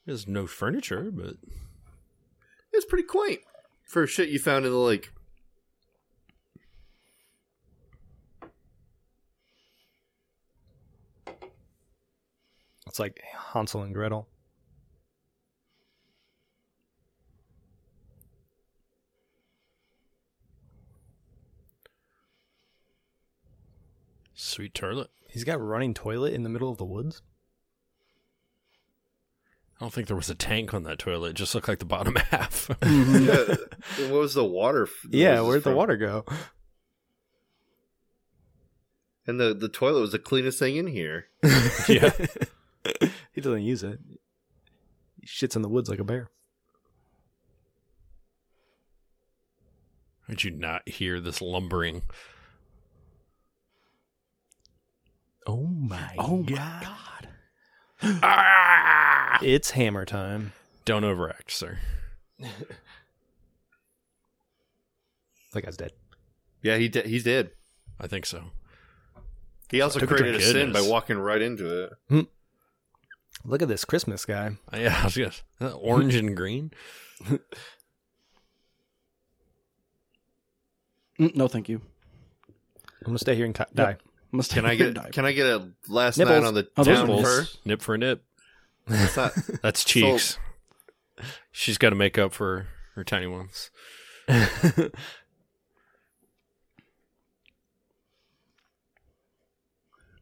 There's no furniture, but
It's pretty quaint for shit you found in the lake.
it's like Hansel and Gretel.
sweet toilet.
He's got a running toilet in the middle of the woods.
I don't think there was a tank on that toilet. It just looked like the bottom half.
yeah, what was the water? f-
Yeah,
noises
where'd the
from?
water go?
And the, the toilet was the cleanest thing in here.
yeah.
He doesn't use it. He shits in the woods like a bear.
Did you not hear this lumbering?
Oh my
Oh my god.
Ah. It's hammer time.
Don't overact, sir.
That guy's dead.
Yeah, he de- he's dead.
I think so.
He also
Look at
created a
your
sin by
goodness.
walking right into it.
Look at this Christmas guy.
Uh, Yeah, I was gonna, uh, orange and green.
Mm, no, thank you.
I'm gonna stay here and co- die.
Must
Can I get can I get a last
Nipples.
night on the
Oh, those are
town
nipples.
fur?
Nip for a nip.
It's not-
That's cheeks. She's got to make up for her tiny ones.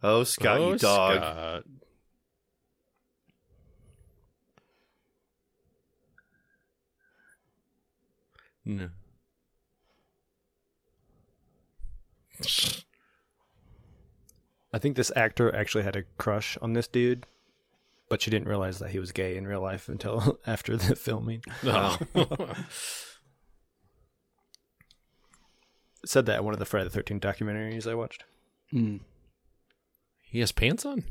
oh, Scott,
Oh,
you dog.
Scott. No.
I think this actor actually had a crush on this dude, but she didn't realize that he was gay in real life until after the filming.
Oh.
It said that in one of the Friday the Thirteenth documentaries I watched.
Mm,
he has pants on?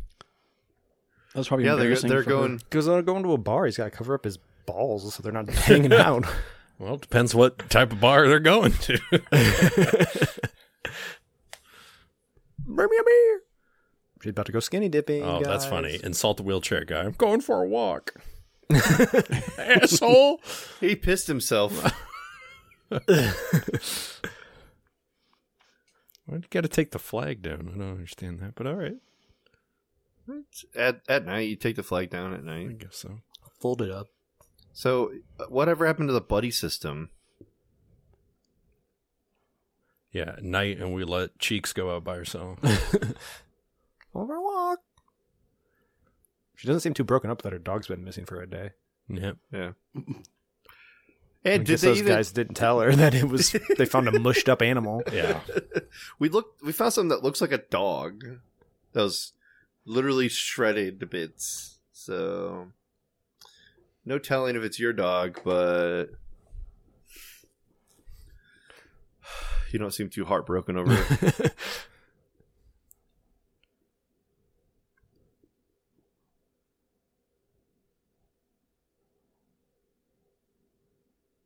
that was probably
Yeah, they're
embarrassing
they're
for her.
going.
Because they're uh, going to a bar, he's got to cover up his balls so they're not hanging out.
Well, it depends what type of bar they're going to.
Bring me a beer. She's about to go skinny dipping.
oh, that's
guys.
funny. Insult the wheelchair guy. I'm going for a walk. Asshole.
He pissed himself.
Why'd you got to take the flag down? I don't understand that, but all right.
at at night, you take the flag down at
I
night.
guess so.
Fold it up.
So, uh, whatever happened to the buddy system?
Yeah, at night, and we let Cheeks go out by herself.
Overwalk. She doesn't seem too broken up that her dog's been missing for a day.
Yeah.
I
And did
guess
they
those
even,
guys didn't tell her that it was they found a mushed up animal.
Yeah.
we looked we found something that looks like a dog that was literally shredded to bits so no telling if it's your dog but you don't seem too heartbroken over it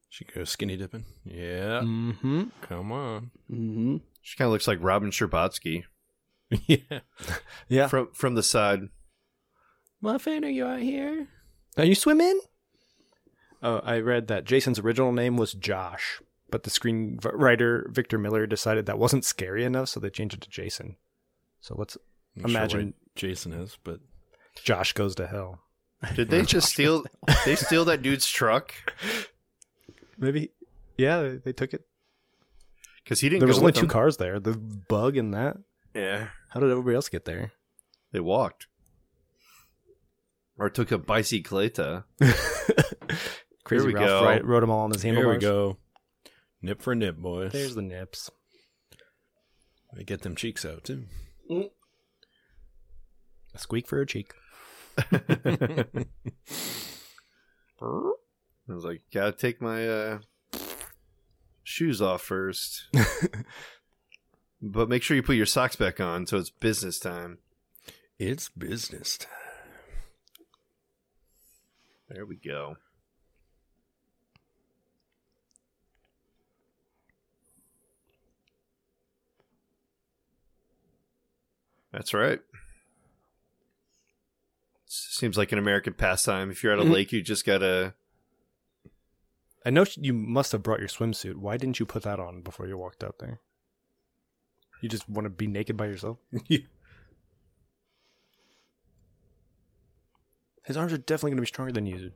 She goes skinny dipping. Yeah.
Mm-hmm.
Come on.
Mm-hmm.
she kind of looks like robin sherbotsky
yeah.
Yeah.
from from the side
Muffin, are you out here?
Are you swimming? Oh, I read that Jason's original name was Josh, but the screenwriter Victor Miller decided that wasn't scary enough, so they changed it to Jason. So let's
I'm not
Imagine-
sure why Jason is, but
Josh goes to hell.
did they just steal they steal that dude's truck
Maybe, yeah, they, they took it.
because he didn't
There was
go
only
with
two
them.
cars there. The bug and that.
yeah
How did everybody else get there?
they walked or took a bicycleta
Crazy
we
Ralph
go.
Wright wrote them all on his
here we
handlebars.
go. Nip for nip, boys.
There's the nips.
They get them cheeks out too.
A squeak for a cheek.
I was like, gotta take my uh, shoes off first. but make sure you put your socks back on so it's business time.
It's business time.
There we go. That's right. Seems like an American pastime. If you're at a lake, you just gotta.
I know you must have brought your swimsuit. Why didn't you put that on before you walked out there? You just want to be naked by yourself? His arms are definitely going to be stronger than you.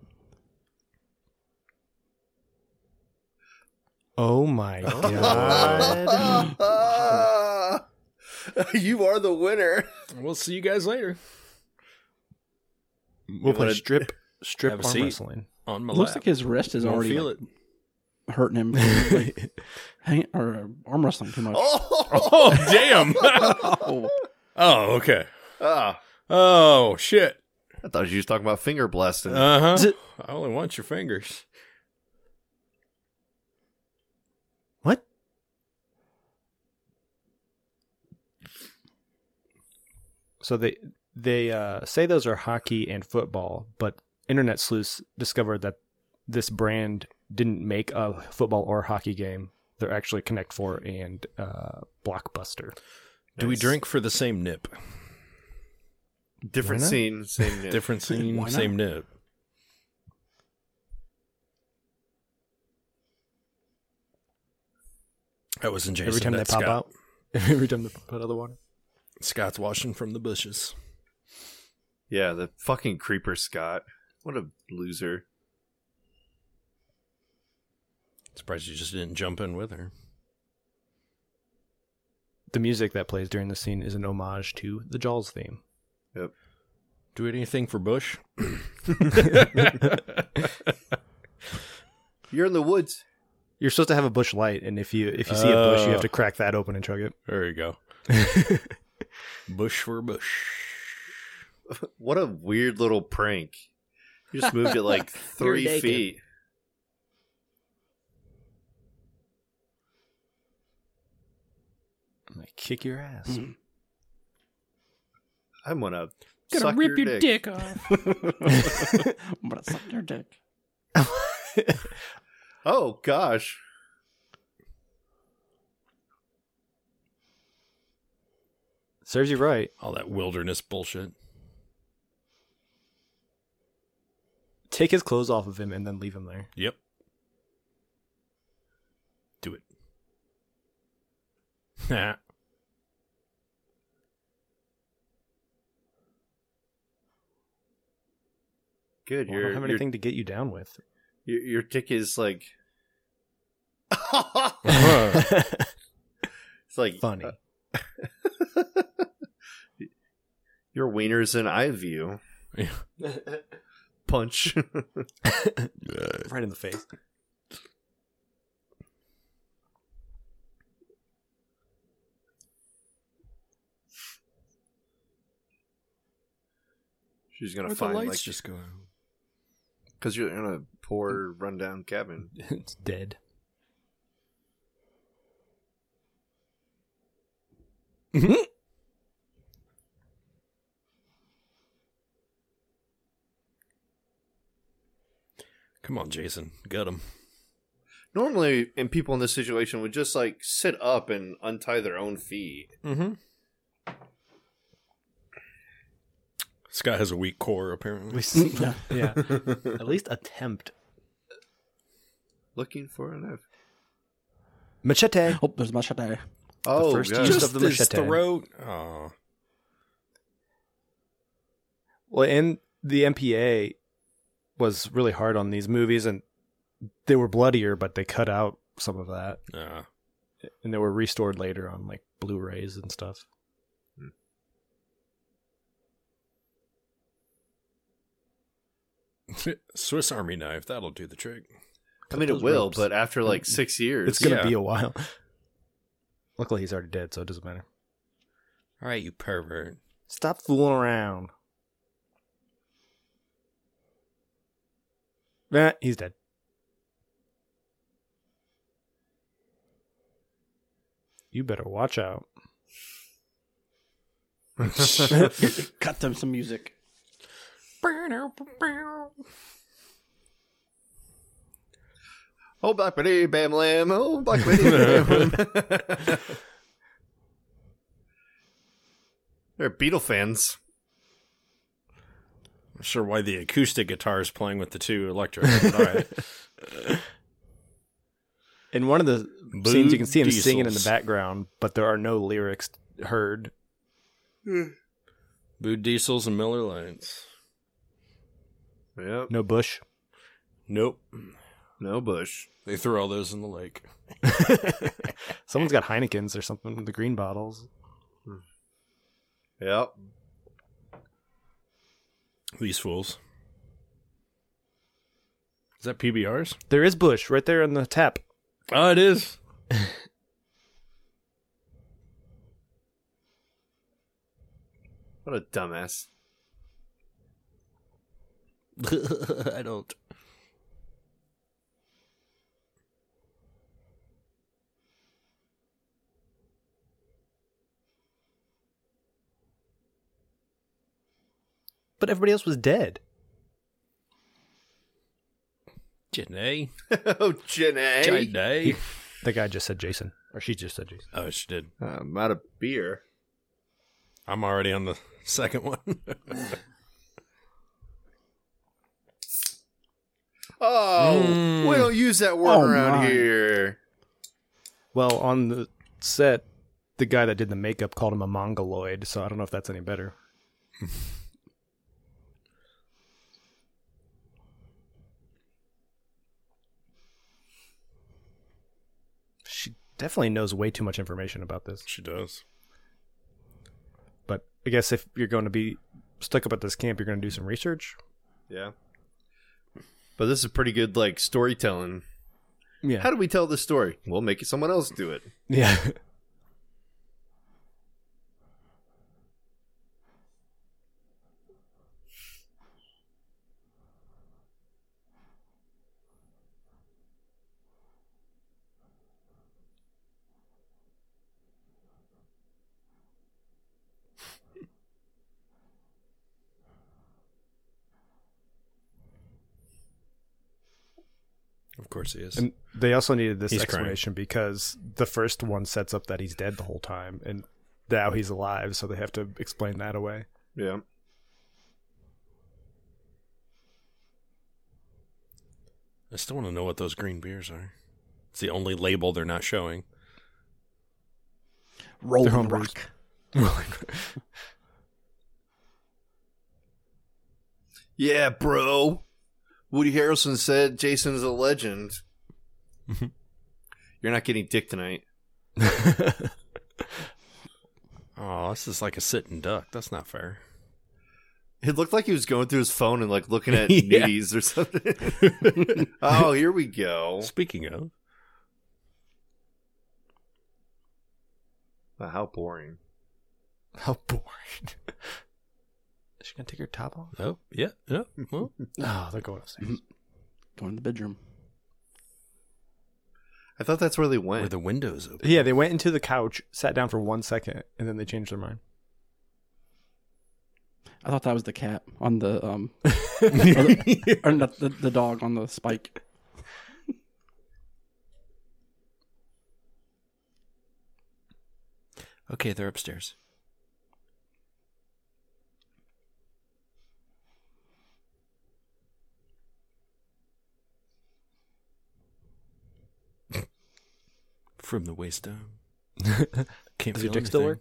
Oh my god.
Ah! you are the winner.
We'll see you guys later.
We'll play
wanna-
strip strip
Have
arm
a seat.
wrestling.
On my
Looks
lap.
like his wrist is
Don't
already
feel
like,
it.
hurting him, from, like, hang, or arm wrestling too much.
Oh damn. oh, okay.
Ah,
Oh shit.
I thought you was talking about finger blasting.
Uh huh.
Zit.
I only want your fingers.
What? So they they uh, say those are hockey and football, but internet sleuths discovered that this brand didn't make a football or hockey game. They're actually Connect Four and uh, Blockbuster.
Do we drink for the same nip?
Different
Why not?
scene, same name.
Different scene,
Why not?
same nip. That was in Jason.
every time they
That's
pop
Scott.
out, every time they pop out of the water.
Scott's washing from the bushes.
Yeah, the fucking creeper Scott. What a loser.
Surprised you just didn't jump in with her.
The music that plays during the scene is an homage to the Jaws theme.
Do anything for Bush?
You're in the woods.
You're supposed to have a bush light, and if you if you see a bush, you
Oh.
have to crack that open and chug it.
There you go. bush for Bush.
What a weird little prank. You just moved it like three
naked.
feet.
I'm gonna kick your ass.
Mm.
I'm gonna,
Gonna
suck
rip your,
your
dick. off.
I'm gonna suck your dick.
Oh gosh.
Serves you right.
All that wilderness bullshit.
Take his clothes off of him and then leave him there.
Yep. Do it. Nah.
Good.
Well, I
Your,
don't have
your,
anything to get you down with.
your your dick is like it's like uh,
Funny.
your wiener's an eye view. Punch.
right in the face.
She's gonna
Where'd the
find
lights
like
just go out?
because you're in a poor, rundown cabin.
it's dead.
Mm-hmm. Come on, Jason. Gut him.
Normally, and people in this situation would just like sit up and untie their own feet.
Mm-hmm. This guy has a weak core, apparently.
yeah.
Yeah. At least attempt.
Looking for an F.
Machete.
Oh, there's much there.
Oh,
first
God.
use-
Just
of the
his
machete.
throat. Aw.
Well, and the MPA was really hard on these movies, and they were bloodier, but they cut out some of that,
Nah.
and they were restored later on like Blu-rays and stuff.
Swiss Army knife. That'll do the trick.
I mean,
those
it will,
ropes.
but after like six years,
It's gonna
Yeah.
be a while. Luckily, he's already dead, so it doesn't matter.
All right, you pervert.
Stop fooling around. Nah, he's dead. You better watch out.
Cut them some music.
oh, black bitty bam lamb, oh, black bitty bam lamb. They're Beatle fans.
I'm sure why the acoustic guitar is playing with the two electric. But all right.
In one of the
Blue
scenes, you can see him singing in the
diesels.
background, but there are no lyrics heard.
Boo Diesels and Miller Lights.
Yep.
No bush.
Nope.
No Bush.
They threw all those in the lake.
Someone's got Heinekens or something. The green bottles.
Yep.
These fools. Is that PBRs?
There is bush right there in the tap.
Oh, it is.
What a dumbass.
I don't.
But everybody else was dead.
Janae.
oh, Jenny.
Janae.
The guy just said Jason, or she just said Jason.
Oh, she did.
I'm out of beer.
I'm already on the second one.
Oh, we don't use that word
Oh,
around
my.
here.
Well, on the set, the guy that did the makeup called him a mongoloid, so I don't know if that's any better. she definitely knows way too much information about this.
she does.
But I guess if you're going to be stuck up at this camp, you're going to do some research.
Yeah. But this is pretty good, like, storytelling.
Yeah.
How do we tell this story? We'll make someone else do it.
yeah.
Of course he is.
And they also needed this
He's
explanation because the first one sets up that he's dead the whole time, and now he's alive, so they have to explain that away.
Yeah.
I still want to know what those green beers are. It's the only label they're not showing.
Rolling
homebrews.
Rock.
Yeah, bro. Woody Harrelson said Jason's a legend.
Mm-hmm.
You're not getting dick tonight.
Oh, this is like a sitting duck. That's not fair.
It looked like he was going through his phone and like looking at
Yeah.
nudies or something. oh, here we go.
Speaking of,
Wow, how boring.
How boring. Is she gonna take her top off?
oh yeah, yeah. Well,
Oh, they're going upstairs.
Going to the bedroom.
I thought that's where they went.
where the windows open.
Yeah, they went into the couch, sat down for one second, and then they changed their mind.
I thought that was the cat on the um, or, the, or not the, the dog on the spike.
Okay, they're upstairs. From the waist down. Can't
Does
feel
your dick still
anything.
work?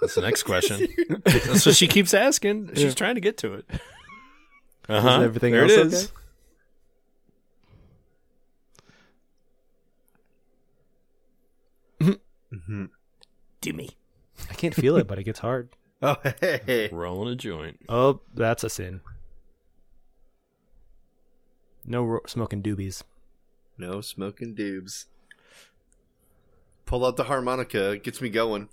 That's the next question. That's what she keeps asking. She's trying to get to it. Uh huh.
everything
there it
else
is.
okay?
Mm-hmm.
Do me.
I can't feel it, but it gets hard.
oh, hey.
Rolling a joint.
Oh, that's a sin. No ro- smoking doobies.
No smoking dubes. Pull out the harmonica. It gets me going.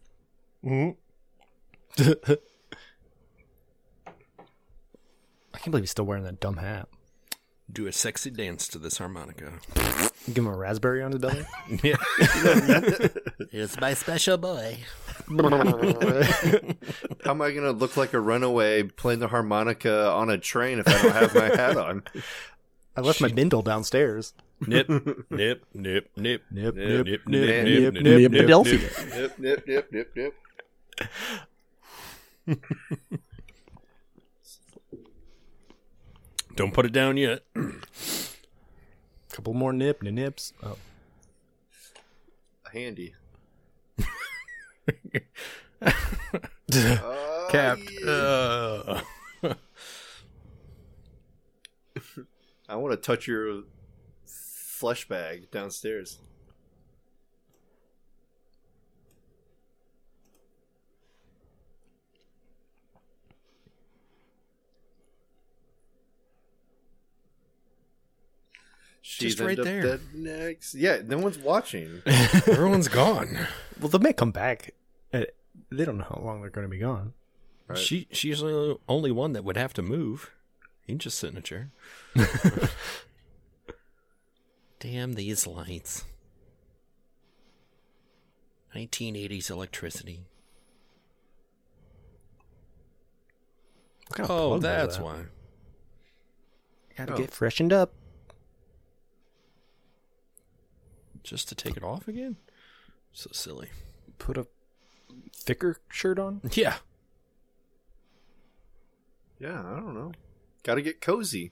I can't believe he's still wearing that dumb hat.
Do a sexy dance to this harmonica.
Give him a raspberry on his belly.
Yeah.
It's my special boy.
How am I going to look like a runaway playing the harmonica on a train if I don't have my hat on?
I left my bindle downstairs.
nip, nip, nip, nip,
Nip,
nip,
nip,
nip, nip,
nip,
nip, nip,
nip,
nip,
nip.
nip.
Nip, nip, nip, nip, nip.
Don't put it down yet.
Couple more nip, nip nips. Oh,
Handy.
Capped. Uh,
I want to touch your flesh bag downstairs. She's
right there.
next. Yeah, no one's watching.
everyone's gone.
well, they may come back. Uh, They don't know how long they're going to be gone.
Right.
She she's the only- only one that would have to move. He's just sitting in a chair.
Damn these lights. 1980s electricity.
What kind of
Oh,
plug was
that's
that? Oh.
why.
Gotta get freshened up.
Just to take it off again? So silly.
Put a thicker shirt on.
Yeah.
Yeah, I don't know. Got to get cozy.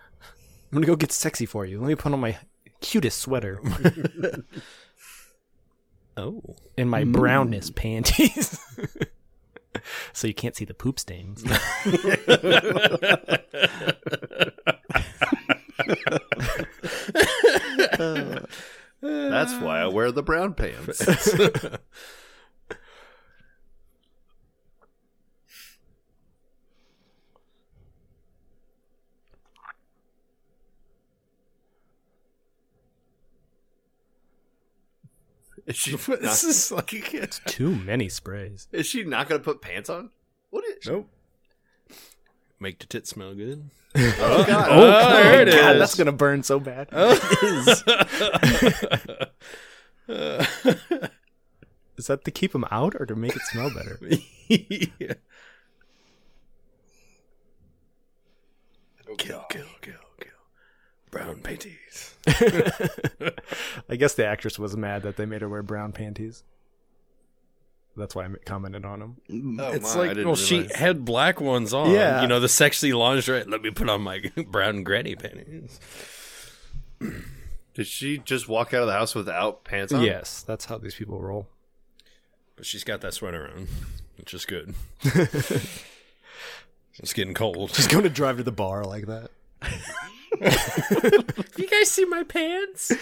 I'm gonna go get sexy for you. Let me put on my cutest sweater
Oh.
and my brownness panties, so you can't see the poop stains.
That's why I wear the brown pants. Is she not,
this is like
Too many sprays.
is she not going to put pants on? What is?
Nope. Make the tit smell good.
Oh God!
Oh, there it is.
God, that's gonna burn so bad. Is that to keep them out or to make it smell better?
Kill, kill, kill, kill. Brown panties.
I guess the actress was mad that they made her wear brown panties. That's why I commented on them.
Oh,
It's
my, I
like,
didn't
well, she
realize.
had black ones on.
Yeah.
You know, the sexy lingerie. Let me put on my brown granny panties.
Did she just walk out of the house without pants on?
Yes, that's how these people roll.
But she's got that sweater on, which is good. it's getting cold.
Just going to drive to the bar like that.
You guys see my pants?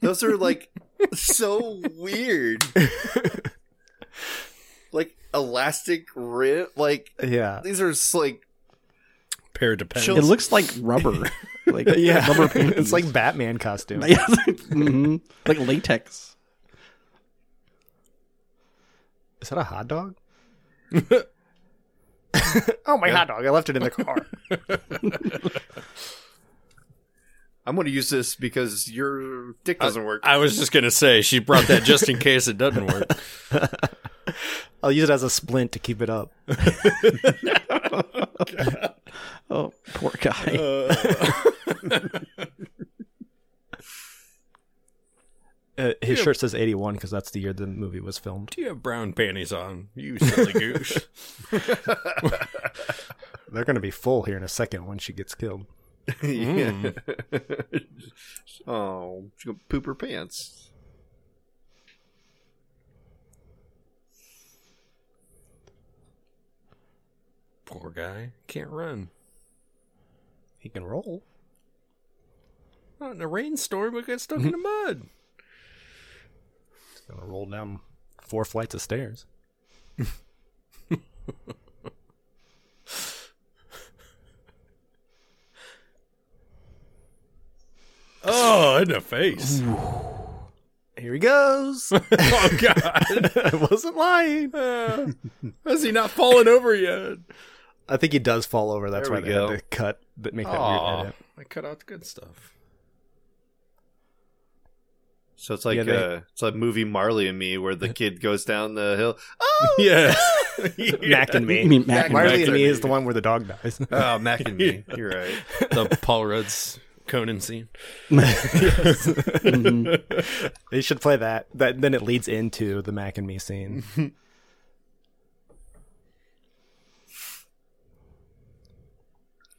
Those are like so weird. Like elastic rib. Like
Yeah.
these are s- like
Pair of pants.
Chill-
It looks like rubber, like
Yeah.
rubber panties.
it's like Batman costume.
Yeah, it's like, mhm. like latex.
Is that a hot dog? oh my hot dog! I left it in the car.
I'm going to use this because your dick doesn't work.
I was just gonna say she brought that just in case it doesn't work.
I'll use it as a splint to keep it up.
Oh, poor guy.
Uh, his shirt says '81 because that's the year the movie was filmed.
Do you have brown panties on? You silly goose.
They're gonna be full here in a second when she gets killed.
Yeah. oh, she gonna poop her pants.
Poor guy can't run.
He can roll.
Not in a rainstorm, but got stuck in the mud.
He's gonna roll down four flights of stairs.
Oh, in the face.
Here he goes.
oh God.
I wasn't lying.
Uh, has he not fallen over yet?
I think he does fall over. That's
There
why
we
they had
go.
to cut that make that weird
Aw,
edit.
I cut out the good stuff.
So it's like
Yeah, they-
uh, it's like movie Marley and Me, where the kid goes down the hill.
Yeah.
Mac and
I
me.
mean, Mac and
Marley
Mac.
and me is the one where the dog dies.
Oh, Mac and Me. You're right.
the Paul Rudd's Conan scene.
They should play that. That then it leads into the Mac and me scene.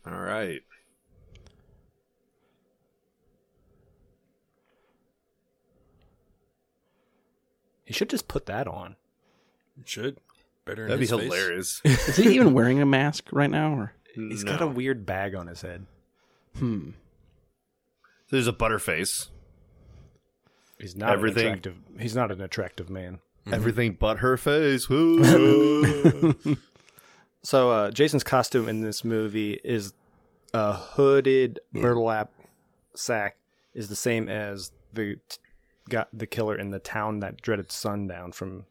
All right.
He should just put that on.
It should. Better in
That'd be
his face.
hilarious.
Is he even wearing a mask right now? Or
He's
No.
got a weird bag on his head.
hmm.
There's a butterface.
He's not
Everything-
An attractive, he's not an attractive man.
Everything but her face. Woo.
So uh, Jason's costume in this movie is a hooded burlap sack is the same as the t- got the killer in the town that dreaded sundown from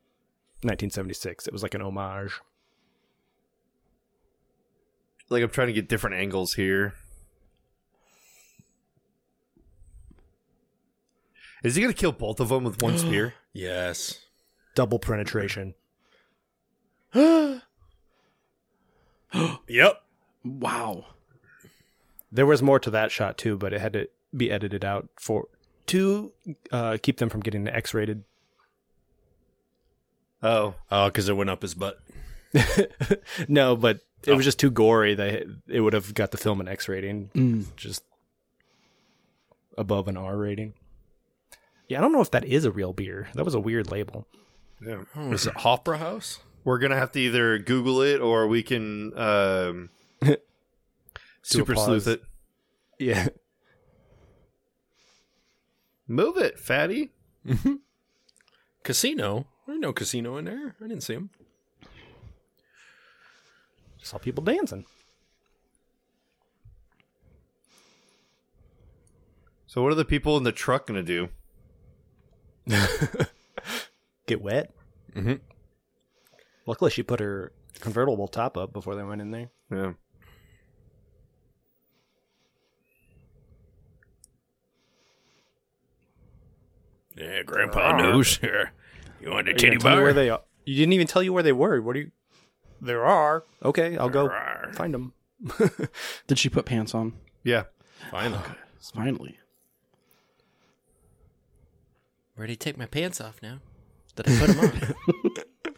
1976. It was like an homage.
like I'm trying to get different angles here. Is he gonna kill both of them with one spear?
Yes.
Double penetration.
Yep.
Wow.
There was more to that shot too, but it had to be edited out for to uh, keep them from getting X-rated.
Oh,
Oh, because it went up his butt.
no, but it was just too gory. They it would have got the film an X rating,
Mm.
just above an R rating. Yeah, I don't know if that is a real beer. That was a weird label.
Oh, is it Opera House?
we're gonna have to either Google it or we can um, super sleuth
pause.
it.
Yeah,
Move it, fatty.
Casino? There's no casino in there. I didn't see him.
saw people dancing.
So, what are the people in the truck gonna do?
Get wet. Mm-hmm. Luckily, she put her convertible top up before they went in there.
Yeah.
Yeah, Grandpa knows. Here. You want a
You didn't tell me where they are. You didn't even tell you where they were. What do you? There are. Okay, I'll go find them.
Did she put pants on?
Yeah.
Finally.
Finally.
Where'd he take my pants off now? Did I put them on?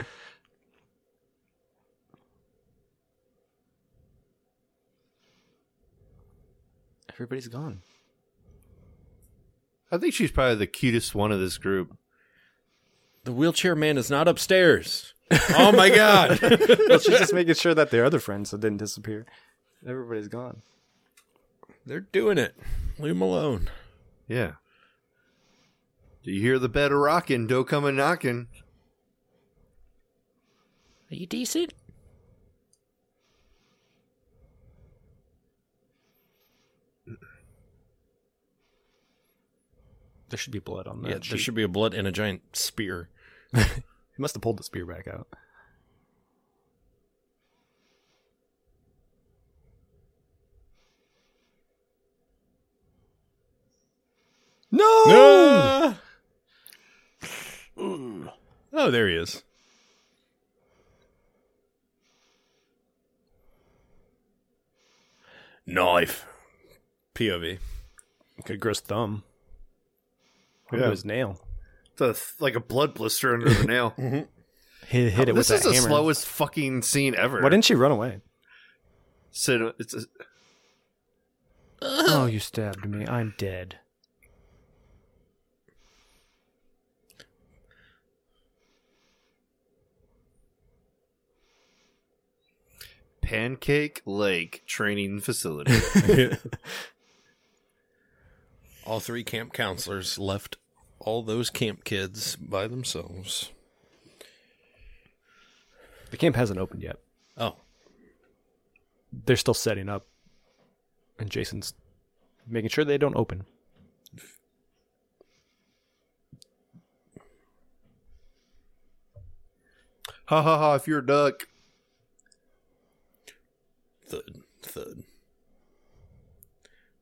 Everybody's gone.
I think she's probably the cutest one of this group.
The wheelchair man is not upstairs. Oh my god.
She's just making sure that their other friends didn't disappear. Everybody's gone.
They're doing it. Leave him alone.
Yeah. Do you hear the bed a rockin'? Don't come a knockin'.
Are you decent?
There should be blood on that.
Yeah, there
sheet.
should be a blood and a giant spear.
He must have pulled the spear back out. No!
Ah! Oh, there he is. Knife. POV.
Could grow his thumb. Or
Yeah.
his nail.
It's a, like a blood blister under the nail.
Hit, hit it
this
with that
is the
hammer.
slowest fucking scene ever.
Why didn't she run away?
Sid- it's a,
oh, you stabbed me. I'm dead.
Pancake Lake Training Facility.
All three camp counselors left all those camp kids by themselves.
The camp hasn't opened yet.
Oh,
They're still setting up. And Jason's making sure they don't open.
ha ha ha! If you're a duck,
thud, thud.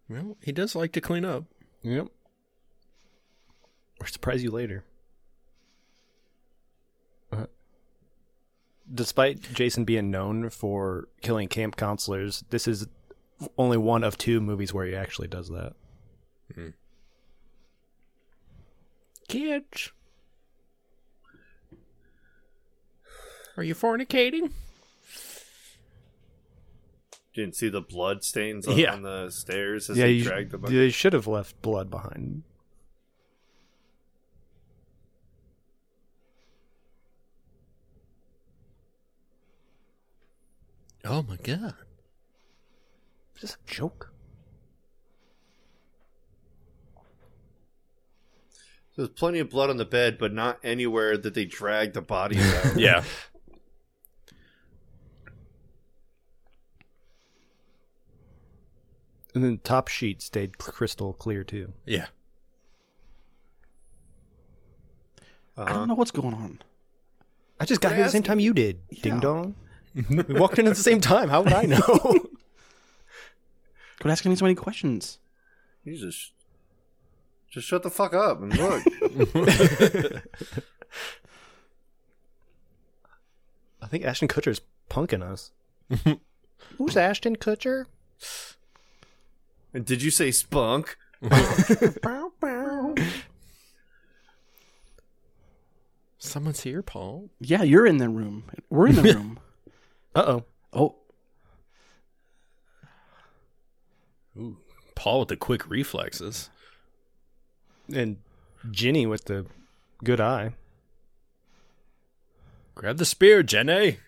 Well, he does like to clean up.
Yep. Or surprise you later. Uh, Despite Jason being known for killing camp counselors, this is only one of two movies where he actually does that. Hmm.
Kids. Are you fornicating?
didn't see the blood stains on,
Yeah.
on the stairs as
Yeah,
they
you,
dragged them. Up.
they should have left blood behind.
Oh my god.
Is this a joke?
There's plenty of blood on the bed, but not anywhere that they dragged the body around.
Yeah.
And then top sheet stayed crystal clear too.
Yeah.
I don't
Uh-huh.
know what's going on.
I just got here the same time you did. Ding dong. we walked in at the same time. How would I know?
Quit asking me so many questions.
You just, just shut the fuck up and look.
I think Ashton Kutcher's punking us. Who's Ashton Kutcher?
and did you say spunk?
Someone's here, Paul.
Yeah, you're in the room. We're in the room.
Uh oh.
Oh,
Ooh. Paul with the quick reflexes.
And Ginny with the good eye.
Grab the spear, Jenny.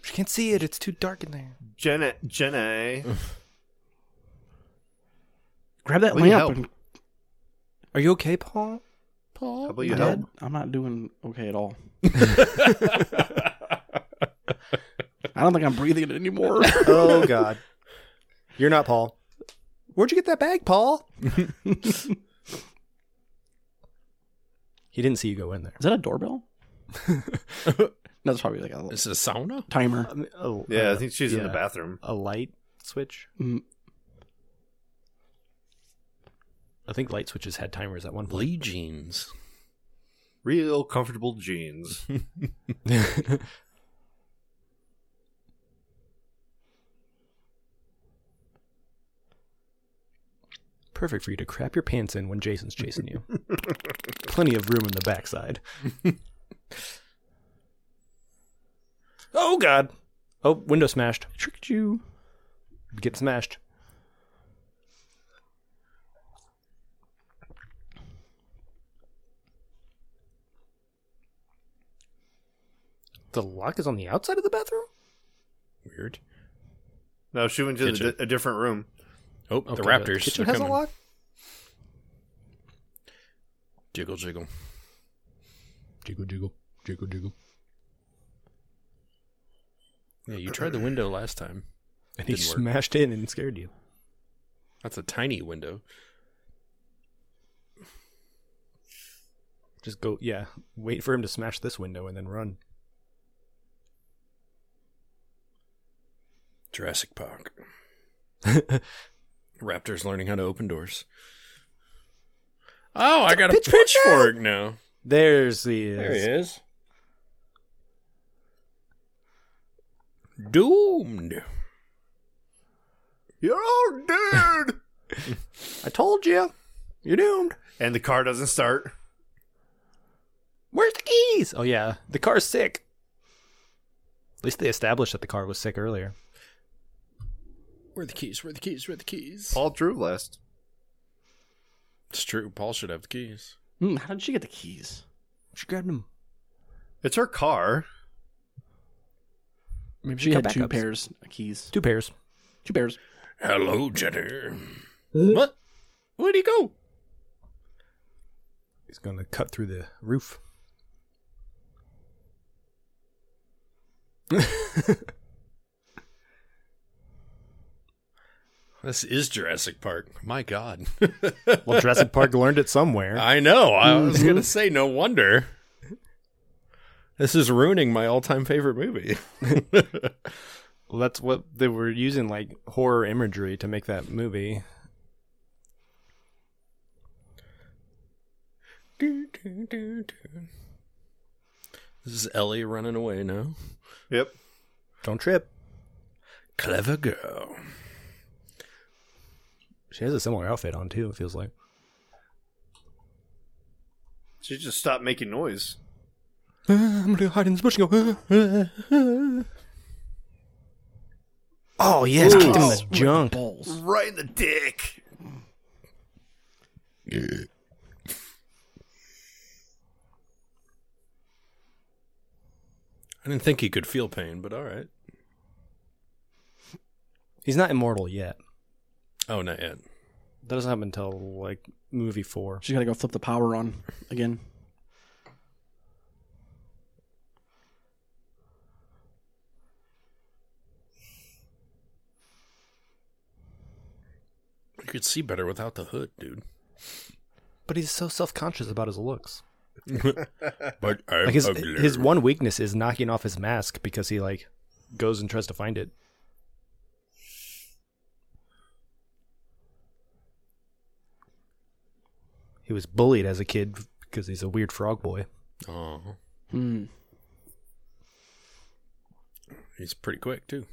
She can't see it. It's too dark in there.
Jenna, Jenna,
grab that
Will you
lamp.
help?
And,
Are you okay, Paul?
how
Paul.
about you
Dad,
help?
I'm not doing okay at all. I don't think I'm breathing it anymore.
oh God. You're not Paul. Where'd you get that bag, Paul? he didn't see you go in there.
Is that a doorbell? no, it's probably like a
This is a sauna?
timer.
oh,
Yeah, I
uh,
think she's in the
yeah.
bathroom.
A light switch.
Mm,
I think light switches had timers at one point.
Lee jeans.
Real comfortable jeans.
Perfect for you to crap your pants in when Jason's chasing you. Plenty of room in the backside. oh God! Oh, window smashed.
tricked you.
Get smashed. The lock is on the outside of the bathroom.
Weird.
No, she went to
Kitchen.
the, a different room.
Oh,
Okay,
the Raptors.
kitchen
are
has a
coming.
lock.
Jiggle, jiggle.
Jiggle, jiggle, jiggle, jiggle.
Yeah, you tried the window last time.
And he
Didn't work.
smashed in and scared you.
That's a tiny window.
Just go, yeah. Wait for him to smash this window and then run.
Jurassic Park. Raptors learning how to open doors. Oh, I got a pitchfork now.
There's the.
There he is. Doomed.
You're all dead.
I told you. You're doomed.
and the car doesn't start.
Where's the keys? Oh, yeah. The car's sick. At least they established that the car was sick earlier.
Where are the keys? Where are the keys? Where are the keys?
Paul drew last.
It's true. Paul should have the keys.
Hmm, how did she get the keys?
She grabbed him.
It's her car.
Maybe
She
got
had two
backups.
pairs of keys.
Two pairs.
Two pairs.
Hello, Jenner. what? Where'd he go?
He's going to cut through the roof.
This is Jurassic Park. My God.
Well, Jurassic Park learned it somewhere.
I know. I was going to say, no wonder. This is ruining my all time favorite movie.
Well, that's what they were using, like horror imagery to make that movie.
this is Ellie running away now.
Yep.
Don't trip.
Clever girl.
She has a similar outfit on too. It feels like.
She just stopped making noise.
I'm gonna hide in this bush and go. oh yes, kicked him in the junk.
Balls.
Right in the dick.
I didn't think he could feel pain, but all right.
He's not immortal yet.
Oh, not yet.
That doesn't happen until like movie four.
She gotta go flip the power on again.
You could see better without the hood, dude.
But he's so self conscious about his looks.
But I'm
Like his
ugly.
his one weakness is knocking off his mask because he like goes and tries to find it. He was bullied as a kid because he's a weird frog boy.
Oh,
Hmm.
he's pretty quick too.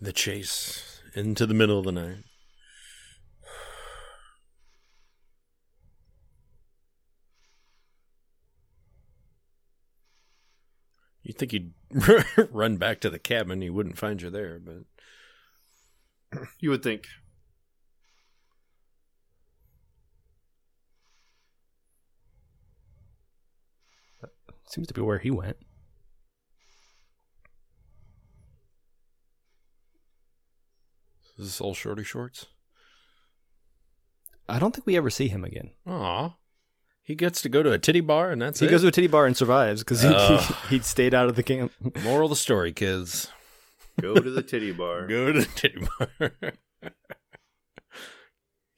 The chase into the middle of the night. You'd think he'd run back to the cabin. He wouldn't find you there, but
You would think.
Seems to be where he went.
is this old Shorty Shorts?
I don't think we ever see him again.
Aw. He gets to go to a titty bar, and that's
he
it. Oh.
goes to a titty bar and survives because he,
Ugh.
he, stayed out of the camp.
Moral of the story, kids.
Go to the titty bar.
Go to the titty bar. you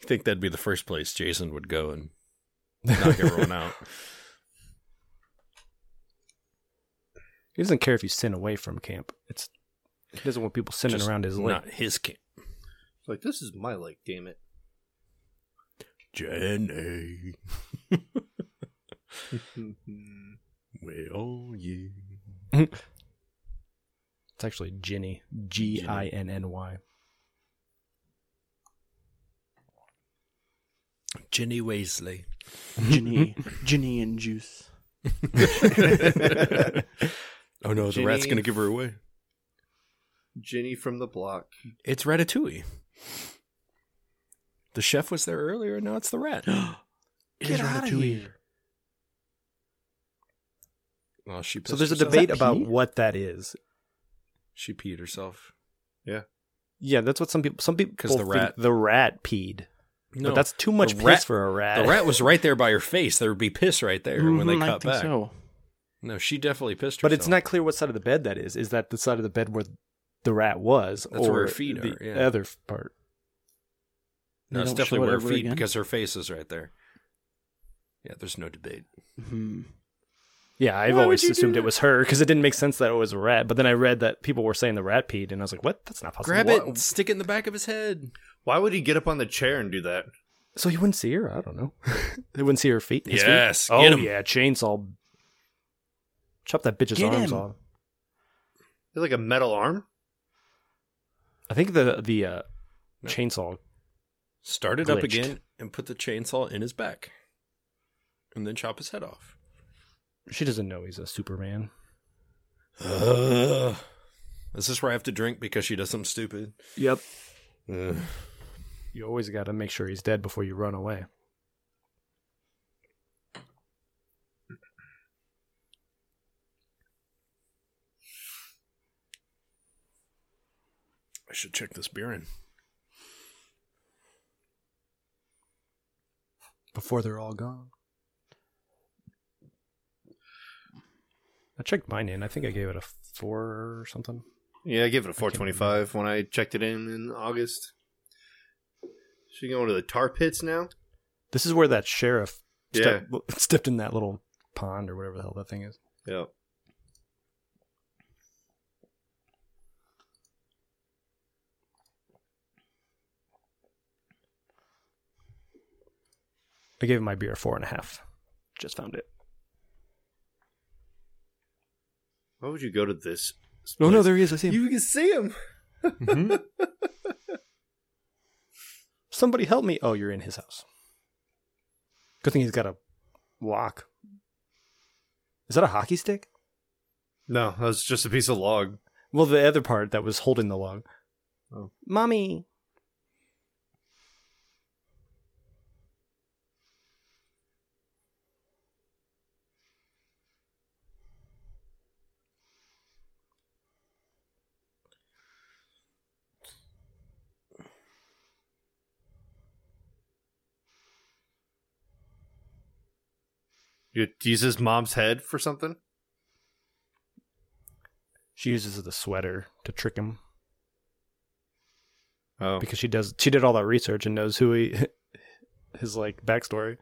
think that'd be the first place Jason would go and knock everyone out.
He doesn't care if you sin away from camp. It's he doesn't want people sinning
Just
around his leg.
Not his camp.
It's like this is my like, damn it.
Jenny. Well, you.
It's actually Ginny. G I N N Y.
Jenny Weasley.
Ginny, Ginny and juice.
Oh no, the rat's
Ginny.
going to give her away.
Ginny from the block.
It's Ratatouille. The chef was there earlier, and now it's the rat.
It is Ratatouille.
well, she
So there's a
pissed herself.
debate
that
about
pee?
what that is.
She peed herself.
Yeah, that's what some people some people
'Cause the
think
rat-
the rat peed.
No,
but that's too much
the
piss
rat-
for a rat.
the rat was right there by her face. There would be piss right there when they
Mhm, I
cut
think
back.
so.
No, she definitely pissed herself.
but it's not clear what side of the bed that is. Is that the side of the bed where the rat was,
That's
or
where her feet
the
are, yeah.
other f- part?
No,
They
it's
don't show
definitely
it
where her
ever
feet
again?
because her face is right there. Yeah, there's no debate.
Hmm.
Yeah, I've always assumed it was her because it didn't make sense that it was a rat. But then I read that people were saying the rat peed, and I was like, "What? That's not possible."
Grab it
What?
and stick it in the back of his head.
Why would he get up on the chair and do that?
So he wouldn't see her. I don't know. they wouldn't see her feet. his feet?
Yes,
Oh
get 'em.
yeah, chainsaw. Chop that bitch's
Get
arms
him.
off.
He's like a metal arm.
I think the the uh,
No.
chainsaw.
Start it up
Glitched.
again and put the chainsaw in his back, and then chop his head off.
She doesn't know he's a Superman.
Ugh. Is this where I have to drink because she does something stupid?
Yep.
Ugh.
You always got to make sure he's dead before you run away.
I should check this beer in.
Before they're all gone. I checked mine in. I think I gave it a four or something.
Yeah, I give it a 425 when I checked it in in August. She going to the tar pits now?
This is where that sheriff
Yeah.
stepped, stepped in that little pond or whatever the hell that thing is.
Yeah.
I gave my beer a four and a half. Just found it.
Why would you go to this?
Oh no,
place?
there he is. I see him.
You can see him.
Somebody help me. Oh, you're in his house. Good thing he's got a lock. Is that a hockey stick?
No, that was just a piece of log.
Well, the other part that was holding the log.
Oh.
Mommy.
You use his mom's head for something?
She uses the sweater to trick him
Oh.
because she does. She did all that research and knows who he, his like backstory.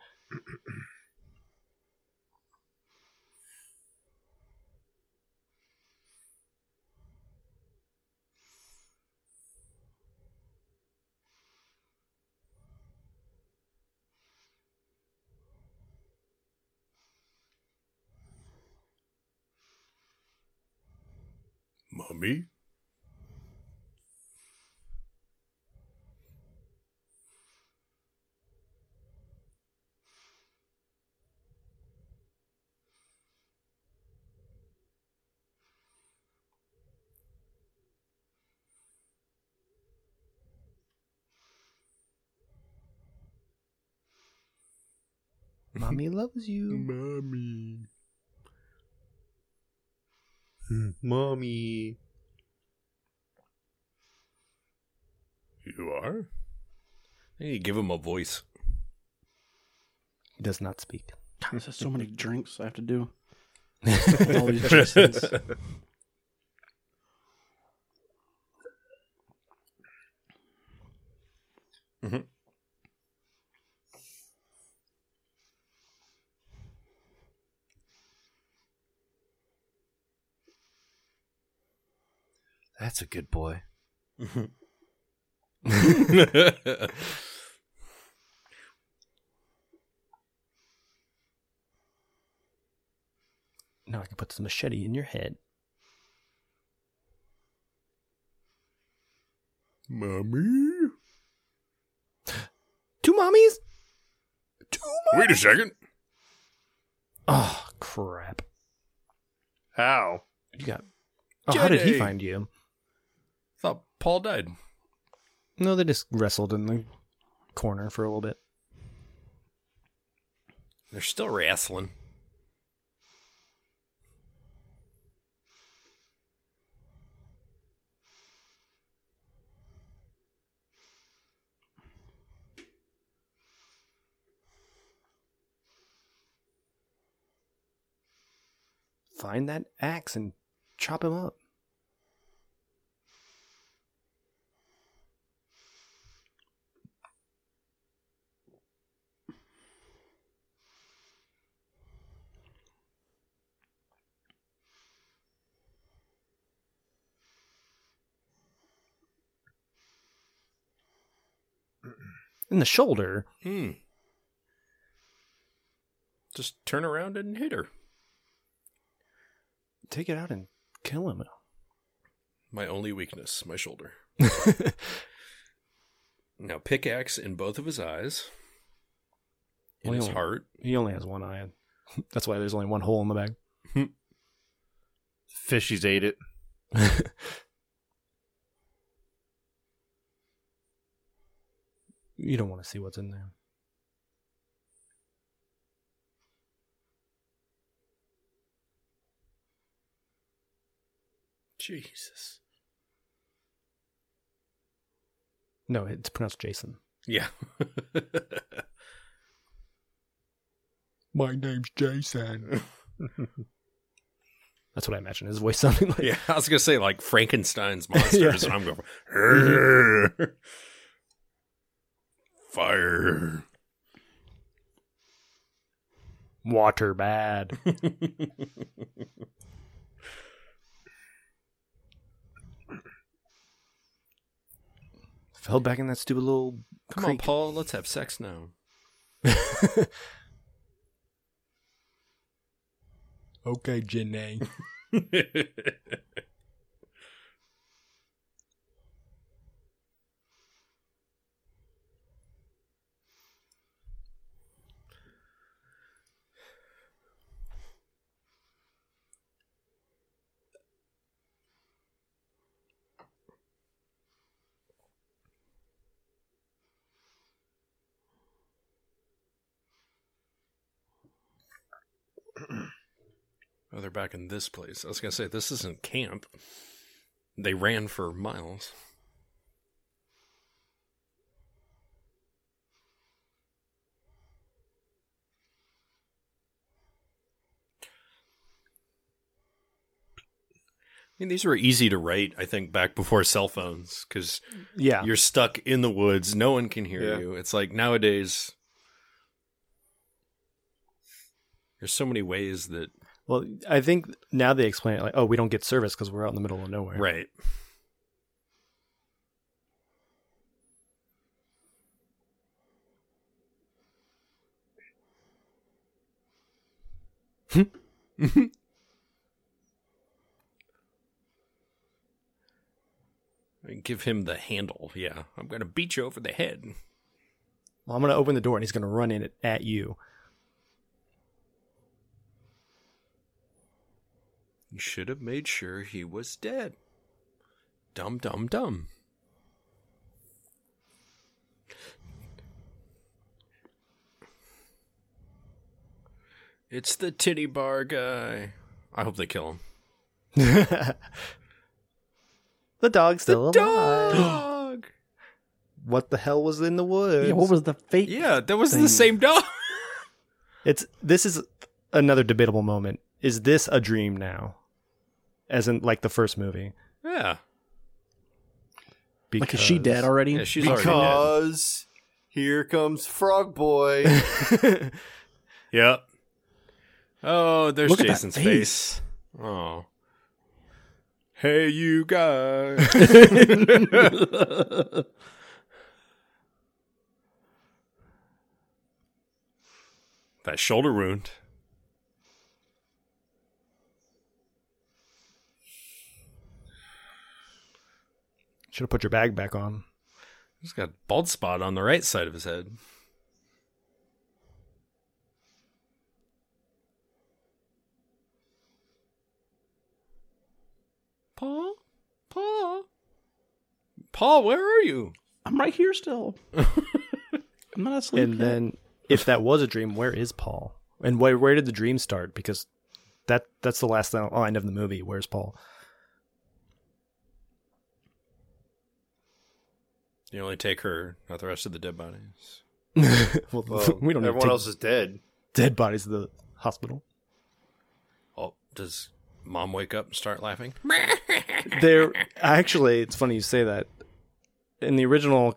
Mommy?
Mommy loves you.
Mommy.
Mommy.
You are? Hey, give him a voice.
He does not speak.
God, This is so many drinks I have to do. All these Jasons.
That's a good boy.
Now I can put this machete in your head.
Mommy?
Two mommies.
Wait a second.
Oh crap!
How?
You got. Oh, how did he
Jenny.
find you?
Thought Paul died.
No, they just wrestled in the corner for a little bit.
They're still wrestling.
find that axe and chop him up. In the shoulder.
Hmm. Just turn around and hit her.
Take it out and kill him.
My only weakness, my shoulder. now pickaxe in both of his eyes. In his
Well-
heart.
He only has one eye. That's why there's only one hole in the back.
Fishies ate it.
You don't want to see what's in there.
Jesus.
No, it's pronounced Jason.
Yeah.
My name's Jason. That's what I imagine his voice sounding like.
yeah. I was gonna say like Frankenstein's monsters, and I'm going "Arr." fire.
Water bad. Fell back in that stupid little.
Come on,
creek.
Paul. Let's have sex now.
Okay, Jenny.
Oh, they're back in this place. I was gonna say this isn't camp. They ran for miles. I mean, these were easy to write. I think back before cell phones, because
Yeah.
you're stuck in the woods, no one can hear
Yeah.
you. It's like nowadays, there's so many ways that
Well, I think now they explain it like, oh, we don't get service because we're out in the middle of nowhere.
right. Give him the handle. Yeah. I'm going to beat you over the head.
Well, I'm going to open the door and he's going to run in it at you.
You should have made sure he was dead. Dumb, dumb, dumb. It's the titty bar guy. I hope they kill him.
the dog's still alive.
Dog!
What the hell was in the woods?
Yeah, what was the fake?
Yeah, that was
Thing.
the same dog.
it's this is another debatable moment. Is this a dream now? As in like the first movie.
yeah.
Because
Like, is she dead already?
Yeah, she's already
Because here comes Frog Boy.
dead. Yep. Oh, there's
Look at that
Jason's
face.
face. Oh. Hey, you guys. that shoulder wound.
Should have put your bag back on.
He's got a bald spot on the right side of his head. Paul? Paul? Paul, where are you?
I'm right here still. I'm not asleep.
And
yet.
then if that was a dream, where is Paul? And where where did the dream start? Because that that's the last line of the movie. Where's Paul?
You only take her, not the rest of the dead bodies.
Well,
Well,
we don't need to
everyone
take
else is dead.
dead bodies to the hospital.
Oh, does Mom wake up and start laughing.
there actually it's funny you say that in the original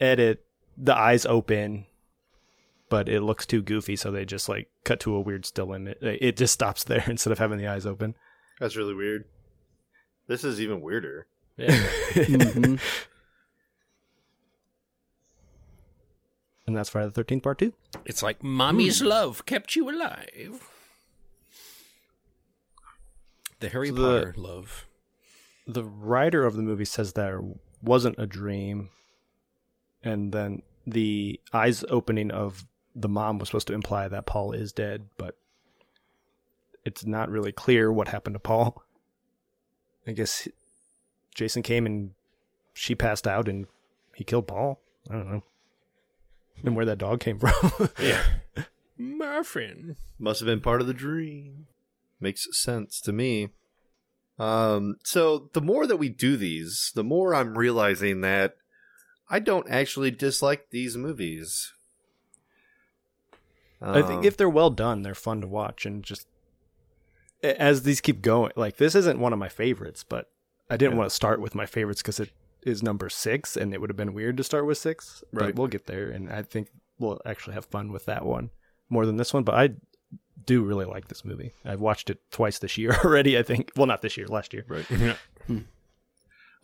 edit the eyes open but it looks too goofy so they just like cut to a weird still image it just stops there instead of having the eyes open
That's really weird. This is even weirder.
hmm
and that's friday the 13th part 2
It's like
Hmm.
mommy's love kept you alive. The Harry
So the-
Potter love.
the writer of the movie says there wasn't a dream and then the eyes opening of the mom was supposed to imply that paul is dead but it's not really clear what happened to paul i guess he- jason came and she passed out and he killed paul i don't know and where that dog came from yeah
Muffin.
Must have been part of the dream. Makes sense to me. Um, so the more that we do these, the more I'm realizing that I don't actually dislike these movies.
I
Um,
think if they're well done, they're fun to watch and just a- as these keep going. Like this isn't one of my favorites, but I didn't want to start with my favorites because it is number six, and it would have been weird to start with six.
Right.
But we'll get there, and I think we'll actually have fun with that one more than this one. But I do really like this movie. I've watched it twice this year already. I think. Well, not this year, last year. Right.
I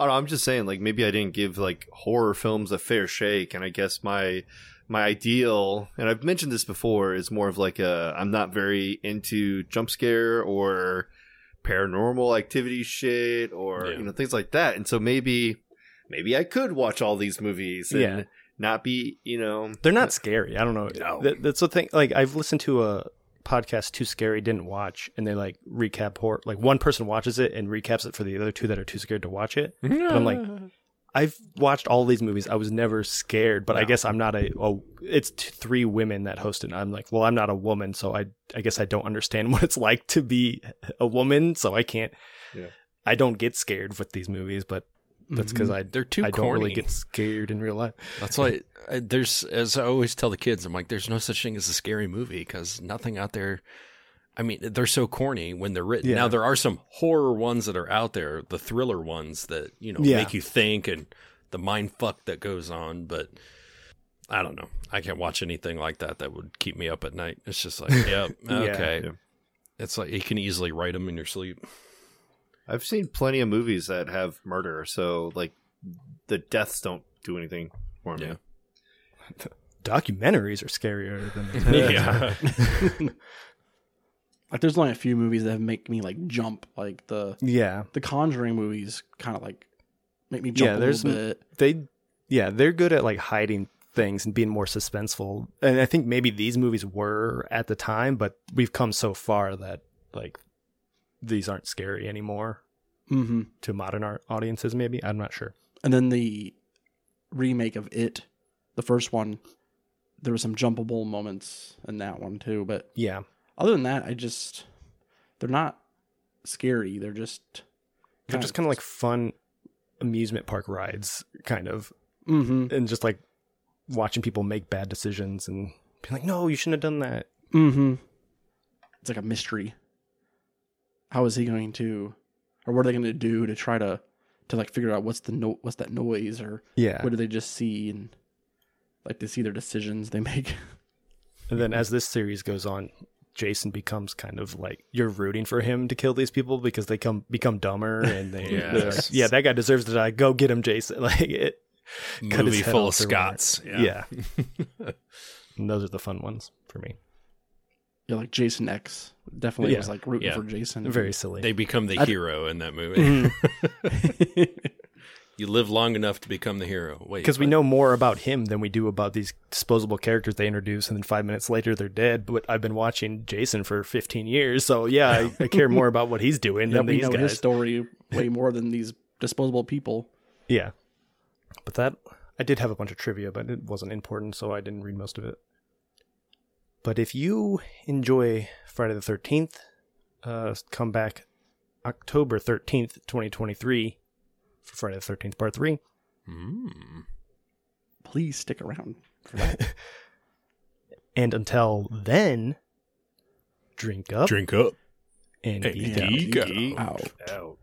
don't know, I'm just saying, like maybe I didn't give like horror films a fair shake, and I guess my my ideal, and I've mentioned this before, is more of like a I'm not very into jump scare or paranormal activity shit or
Yeah.
you know things like that, and so maybe maybe I could watch all these movies and
Yeah.
not be you know
They're not scary. I don't know. That, that's the thing. Like I've listened to a podcast too scary didn't watch and they like recap horror like one person watches it and recaps it for the other two that are too scared to watch it but i'm like i've watched all these movies i was never scared but i guess i'm not a, a it's t- three women that host it and i'm like well i'm not a woman so i i guess i don't understand what it's like to be a woman so i can't
Yeah.
i don't get scared with these movies but that's because i
They're Mm-hmm. too
i don't really
corny.
get scared in real life
That's why I, there's, as I always tell the kids, I'm like, there's no such thing as a scary movie because nothing out there. I mean, they're so corny when they're written.
Yeah.
Now there are some horror ones that are out there, the thriller ones that you know
Yeah.
make you think and the mind fuck that goes on. But I don't know. I can't watch anything like that that would keep me up at night. It's just like, yep,
Yeah.
okay. It's like you can easily write them in your sleep.
I've seen plenty of movies that have murder, so like the deaths don't do anything for me.
Yeah.
documentaries are scarier than
Yeah.
Like there's only a few movies that make me like jump. Like the
yeah
the Conjuring movies, kind of like make me jump
Yeah,
a
there's
little bit.
they yeah they're good at like hiding things and being more suspenseful and i think maybe these movies were at the time but we've come so far that like these aren't scary anymore
hmm
to modern art audiences maybe i'm not sure
And then the remake of It, the first one, there were some jumpable moments in that one too. But
yeah
other than that, I just they're not scary. They're just
they're just kind of like fun amusement park rides kind of
mm-hmm,
and just like watching people make bad decisions and being like no you shouldn't have done that
mm-hmm. It's like a mystery. How is he going to, or what are they going to do to try to to like figure out what's the no what's that noise or
yeah
what do they just see and like to see their decisions they make.
Mm-hmm.
And then as this series goes on, Jason becomes kind of like you're rooting for him to kill these people because they come become dumber and they
Yes.
they're like, yeah that guy deserves to die go get him Jason like it Cut his
Movie
head
full
off
of
or whatever.
Scots.
yeah, And those are the fun ones for me
Yeah, like Jason X definitely
Yeah.
was like rooting
Yeah.
for Jason.
very
Mm-hmm.
silly
They become the hero in that movie. you live long enough to become the hero. Wait,
Mm-hmm. because we
what?
know more about him than we do about these disposable characters they introduce and then five minutes later they're dead but I've been watching Jason for 15 years so yeah I, I care more about what he's doing
yeah,
than
we
these
know
guys
his story way more than these disposable people.
Yeah. But that I did have a bunch of trivia, but it wasn't important, so I didn't read most of it. But if you enjoy Friday the 13th, uh, come back October 13th, 2023 for Friday the 13th part 3.
Hmm.
Please stick around.
And until then, drink up
drink up.
and
Hey,
geek
geek
out.
out.
Out.
Out.